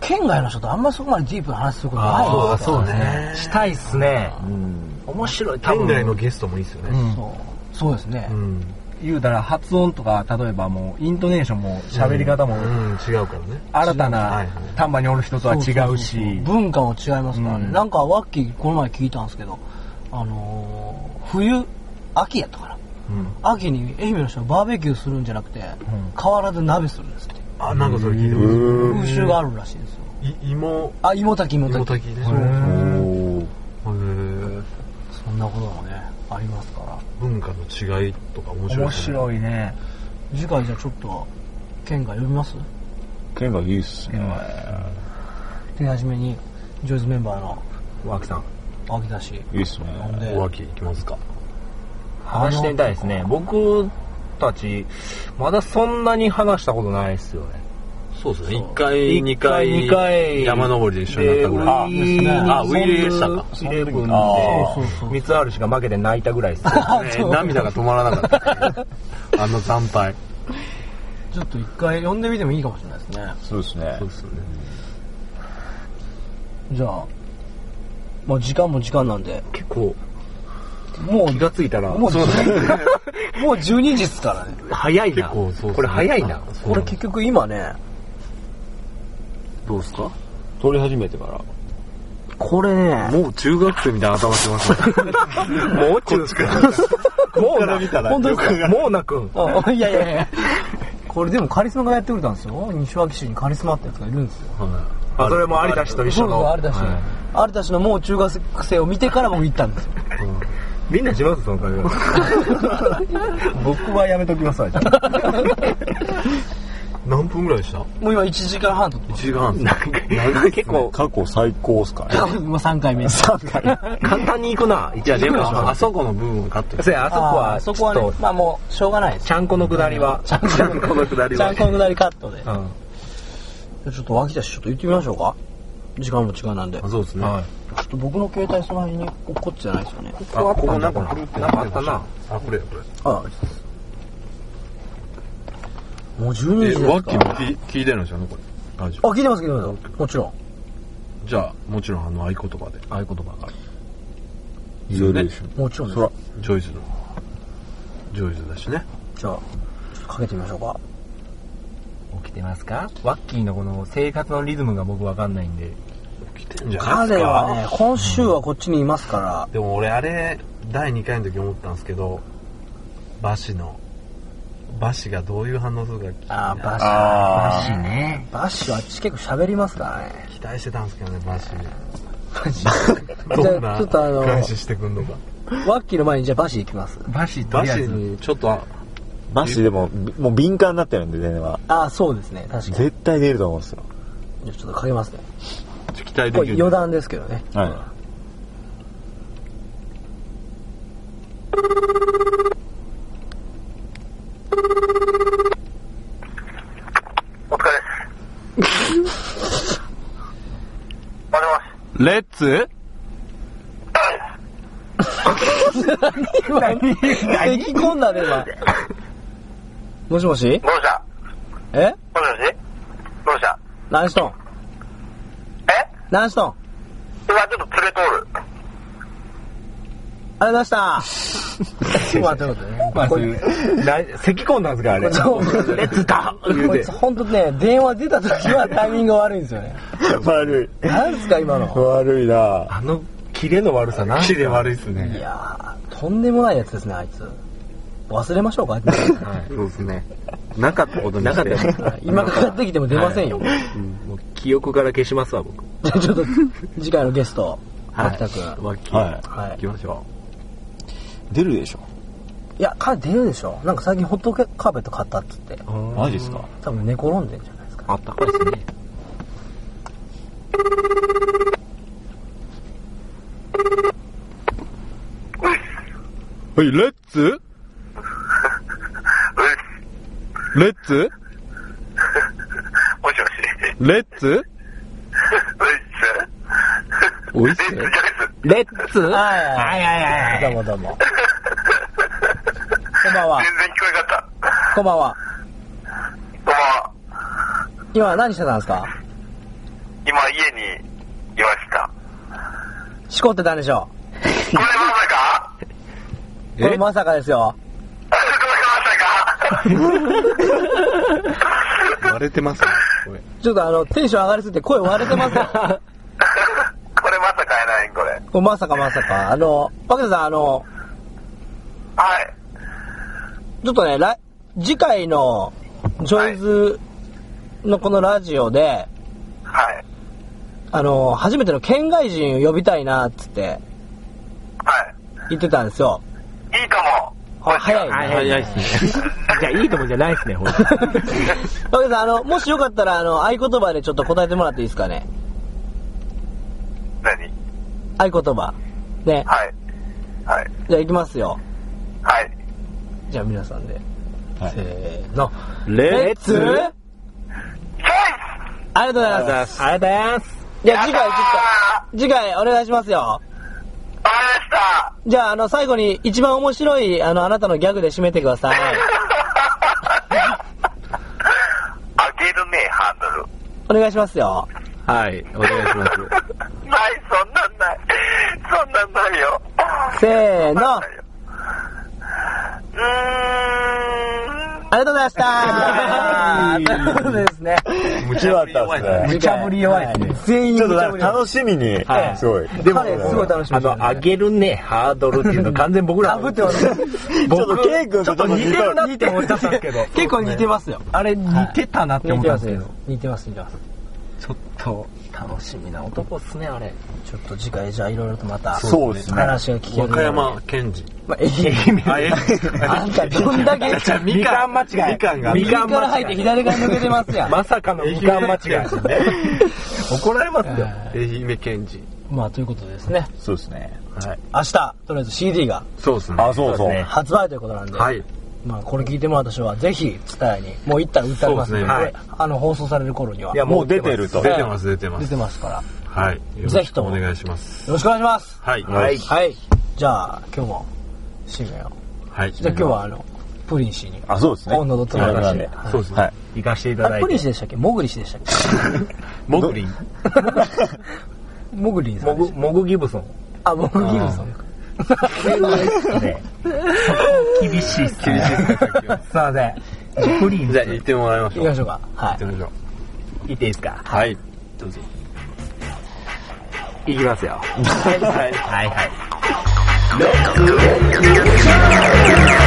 A: 県外の人とあんまりそこまでディープな話することない
B: ああ、
A: ですか
B: そ
A: ら
B: うね。
C: したいっすね
B: 面白い。県外のゲストもいいですよね。
A: そうそうですね、
B: うん。
C: 言うたら発音とか例えばもうイントネーションも喋り方も
B: うん、違うからね。
C: 新た
B: は
C: ない
B: はい
C: 丹波におる人とは違うし
A: 文化も違いますからね、
C: うん
A: なんかワッキーこの前聞いたんですけどあのー冬秋やったかな、秋に愛媛の人はバーベキューするんじゃなくて、河原で鍋するんですって
B: あ、なんかそれ聞いて
D: う
B: ま
D: ーん
A: 風習があるらしいですよ
B: す。い芋、
A: あ芋炊き芋
B: 芋
A: 炊き
B: 炊きね。
D: おー
B: へえ
A: そんなこともねありますから
B: 文化の違いとか面白い、
C: 面白いね
A: 次回じゃあちょっと県が呼びます
D: 県がいいっすね。
A: 手始めにジョイズメンバーの
C: 脇さん
A: 秋田市
D: いいっすね。
A: 呼んで
B: お秋行きますか。
C: 話してみたいですね僕たちまだそんなに話したことないですよね
B: そうですね。一回、二回、
C: 一回二回
B: 山登りで一緒になったぐらい。
C: でウィーニ
B: あウィーニーでしたか
C: イレブンで
D: あ
A: そうそうそう
C: 三つあるしか負けて泣いたぐらい
B: <laughs>
C: です
B: ね涙が止まらなかった。あの惨敗。
A: ちょっと一回呼んでみてもいいかもしれないですね
D: そうですね
B: そう。ですね。
A: じゃあまあ時間も時間なんで
B: 結構、
A: もう
C: 気がついたら
A: もうもう12時っすからね。
C: 早い
B: 結
C: な
B: 構そうですね
C: これ早いな
B: あそう
A: こ
B: な
A: れ
B: んです
A: 結局今ね、
D: どうっすか撮り始めてから。
A: これね、
B: もう中学生みたいな頭して <laughs> ますね。
C: もう中もうな
A: 本当ですか
C: もう泣くん
A: あいやいやいやこれでもカリスマがやってくれたんですよ。西脇市にカリスマってやつがいるんですよ。
C: あそれも有田氏と一緒の
A: 有田氏。有田氏のもう中学生を見てから僕行ったんですよ。
C: みんなしますその会話僕はやめときますわじゃあ
B: 何分ぐらいでした
A: もう今1時間半と。
B: ?1
A: <laughs>
B: 時間半ですね。
C: なんか結構
D: 過去最高っすかね。
A: 今3回目。
C: 簡単に行くな一
B: いや、で
C: あ
B: も、あそこの部分はカット
C: そやあそこ
A: あー
C: は
A: そこは
C: ちょっ
A: ね
C: と、
A: まあもうしょうがないです
C: ち。ゃんこの下りはちゃんこの下り
A: ちゃんこの下りカットで。
C: うん
A: ちょっと脇田氏ちょっと行ってみましょうか。時間も時間なんで。ちょ
B: あそうですね。
C: はい
A: っと僕の携帯その辺にここっちじゃないですよね。
B: あ、ここなんかくるって
C: なんかあったな。
B: あ、これや、これ。
A: あもう12時です
B: え、
A: か
B: ワッキーも聞い聞いてるんですよね、これ。大丈
A: あ、
B: 夫。
A: 聞いてます、聞いてます。もちろん。
B: じゃあ、もちろん、あの、合言葉で。合言葉が。
D: イゾレーション。
A: もちろんです。
D: そら
B: ジョイズの。ジョイズだしね。
A: じゃあ、ちょっとかけてみましょうか。
C: 起きてますかワッキーのこの生活のリズムが僕わかんないんで
B: 来てんじゃないです
A: 彼
B: か。
A: はね、今週はこっちにいますから、
B: でも俺、あれ、第2回の時思ったんですけど、バシの、バシがどういう反応するか気にな
A: あ
B: る
A: ー、バッシ
D: あ
A: ュ。ね。バッシュはあっち結構喋りますからね。
B: 期待してたんですけどね、バシ。
A: バシ。
B: どんな
A: ちょっとあの
B: 返ししてくんのか。
A: ワッキーの前にじゃあバッシュ行きます。
C: バシと
B: バ
C: りあ
B: シ
C: えず
B: にちょっと、あ
D: バシでも、もう敏感になってるんで、電話。
A: あー、そうですね。確かに。
D: 絶対出ると思うんですよ。
A: じゃあちょっとかけますね。
B: 期待で
A: こ
B: き
A: れ
B: る。
A: 余談ですけどね。
D: は
F: お疲れです。もしもし。
B: レッツ
A: 咳込んだね、今。もしもし
F: どうした
A: え
F: もしもしどうした
A: 何しとん
F: え
A: 何しとん
F: 今ちょっと連れ通る。
A: ありがとうございました。まあ、ということでね。
C: まあ
A: こ
C: そう
A: い
C: いうな咳込んだんですかあれレ
A: そう
C: ッツだ言
A: こ
C: う
A: い
C: て
A: つ本当ね、電話出た時はタイミングが悪いんですよね。
D: い。悪
A: なんですか、今
D: い。
A: の。
D: 悪いな
C: あのキレの悪さなん
B: キレ悪いっす
A: い
B: ね。
A: やー、とんでもないやつですね、あいつ。忘れましょうか、あいつ
B: そうですね。なかったことにして。
A: はい今かかってきても出ませんよ。
C: もう記憶から消しますわ僕
A: じゃあちょっと、次回のゲスト、秋田くん。
B: ワッキー。
D: は
A: はい
B: 行きましょ
D: い。出るでしょ。
A: いや、彼出るでしょ。なんか最近ホットカーペット買ったっつって。
D: マジですか
A: 多分寝転んでんじゃないですか。
C: あったかですね
F: お
A: はい、レッツ
F: うっ
A: レッツ
F: もしもし。
A: レッツ
F: う
A: おい
F: っ
A: っ
F: す。
A: す
F: レッツです。
A: レッツ
G: はい
A: どうもどうも。こんばんは。
F: 全然聞こえなかった。
A: こんばんは。
F: こんばんは。
A: 今何してたんですか
F: 今家にいました。
A: しこってたんでしょ
F: これまさか
A: うこれまさかですよ。
F: これまさか
B: 割れてますね。これ
A: ちょっとあの、テンション上がりすぎて声割れてますよ。
G: <laughs>
F: これまさかやないこれ。
A: これまさかまさか。あの、パケさん、あの、
F: はい。
A: ちょっとね、来、次回の、ジョイズのこのラジオで、
F: はい。
A: あの、初めての県外人を呼びたいな、っつって
F: は
A: 言ってたんですよ。
F: い。いいかも。
A: あ早いね。
C: 早いっすね。じゃあ、いいともじゃないっすね、ほんと
A: パケさん、あの、もしよかったら、あの、合言葉でちょっと答えてもらっていいですかね。
F: 何
A: 合言葉。ね。
F: はい。はい。
A: じゃあ行きますよ。
F: はい。
A: じゃあ皆さんで。
C: はい
A: せーの。
C: レッツ
A: レッツ
F: チ
A: ありがとうございます。ありがとうございます。じゃあ次回、次回お願いしますよ。
F: ェイスわかりました
A: じゃあ、あの、最後に一番面白い、あの、あなたのギャグで締めてください。 <laughs>
F: あげるね、ハードル。
A: お願いしますよ。
B: はい、お願いします。
F: ない、そんなんない。そんなんないよ。
A: せーの。 <laughs> あり
F: ないようーん。
A: がとうございました <laughs> そうですね。
B: 無
A: 茶ぶり
B: 弱いです
A: 無茶ぶり弱いですね。全員
D: ちょっと
A: 無
D: な
A: 茶
D: ん
A: ぶ
D: か
A: り弱い。
D: 楽しみに、
C: はい
D: すごい。
A: でも、すごい楽しみ
C: あ
A: で
C: の、
A: すね。
C: 上げるね、ハードルっていうの完全僕ら。
A: かぶってます。
D: ちょっと、ケイ君
C: ちょ
D: と
C: っと似てるなって思っちゃったんですけど。
G: 結構似てますよ。
C: あれ似てたなって思
A: 似
C: ってたんですす
A: ま
C: けど。
A: 似てます、似てます。
C: ちょっと楽しみな男っすね、あれ。
A: ちょっと次回、じゃあいろいろとまた、
D: そうですね。
A: 話が聞けるように。
B: 和歌山県人。
A: まあ、ええあんたどんだ <laughs> け、
C: みかん間違い。
B: みかんが
C: み
A: 右
C: かん
A: から入って左から抜けてますやん。
C: まさかのみかん間違いですね。怒られますよ。
B: 愛媛県人。
A: まあ、ということでですね。
D: そうですね。
A: 明日、とりあえず CD が
B: そうですね。
D: あ、そうそう。
A: 発売ということなんで、
B: はい。
A: まあ、これ聞いてもらった人は、ぜひ、伝えに、もう一旦売ってありますので、
B: そう
A: これあの、放送される頃には、
C: いや
D: もう出てると。
B: 出てます、出てま
A: 出
B: す
A: て。ますから、よ
B: はい。よろしく
A: ぜひとも
B: お願いします。
A: ろしくお願いします。
B: はい。
D: はい
A: はい。じゃあ、今日も、締めよう。
B: はい。
A: じゃあ、今日は、あの、プリン氏に、
D: あ、そうですね。
A: 今度のつまりまして、
B: そうです
D: は
B: ね
D: い。。
C: 行かせていた
A: あ
C: だい
A: プリン
C: て。
A: 氏でしたっけモグリ氏でしたっ
B: モグリン。
A: けモグリンさ
C: モ
A: んで
C: グ、
A: した。
C: モグギブソン。
A: あ、モグギブソン。
C: 厳しいっすね。すいません。プリン
B: じゃあ行ってもらいまし
A: 行
B: ょう。
A: き
B: 行
A: ましょうか。は
B: ってみましょう。
C: いっていいですか
B: はい。どうぞ。
C: いきますよ。はいはい。はいはい。
F: チェイス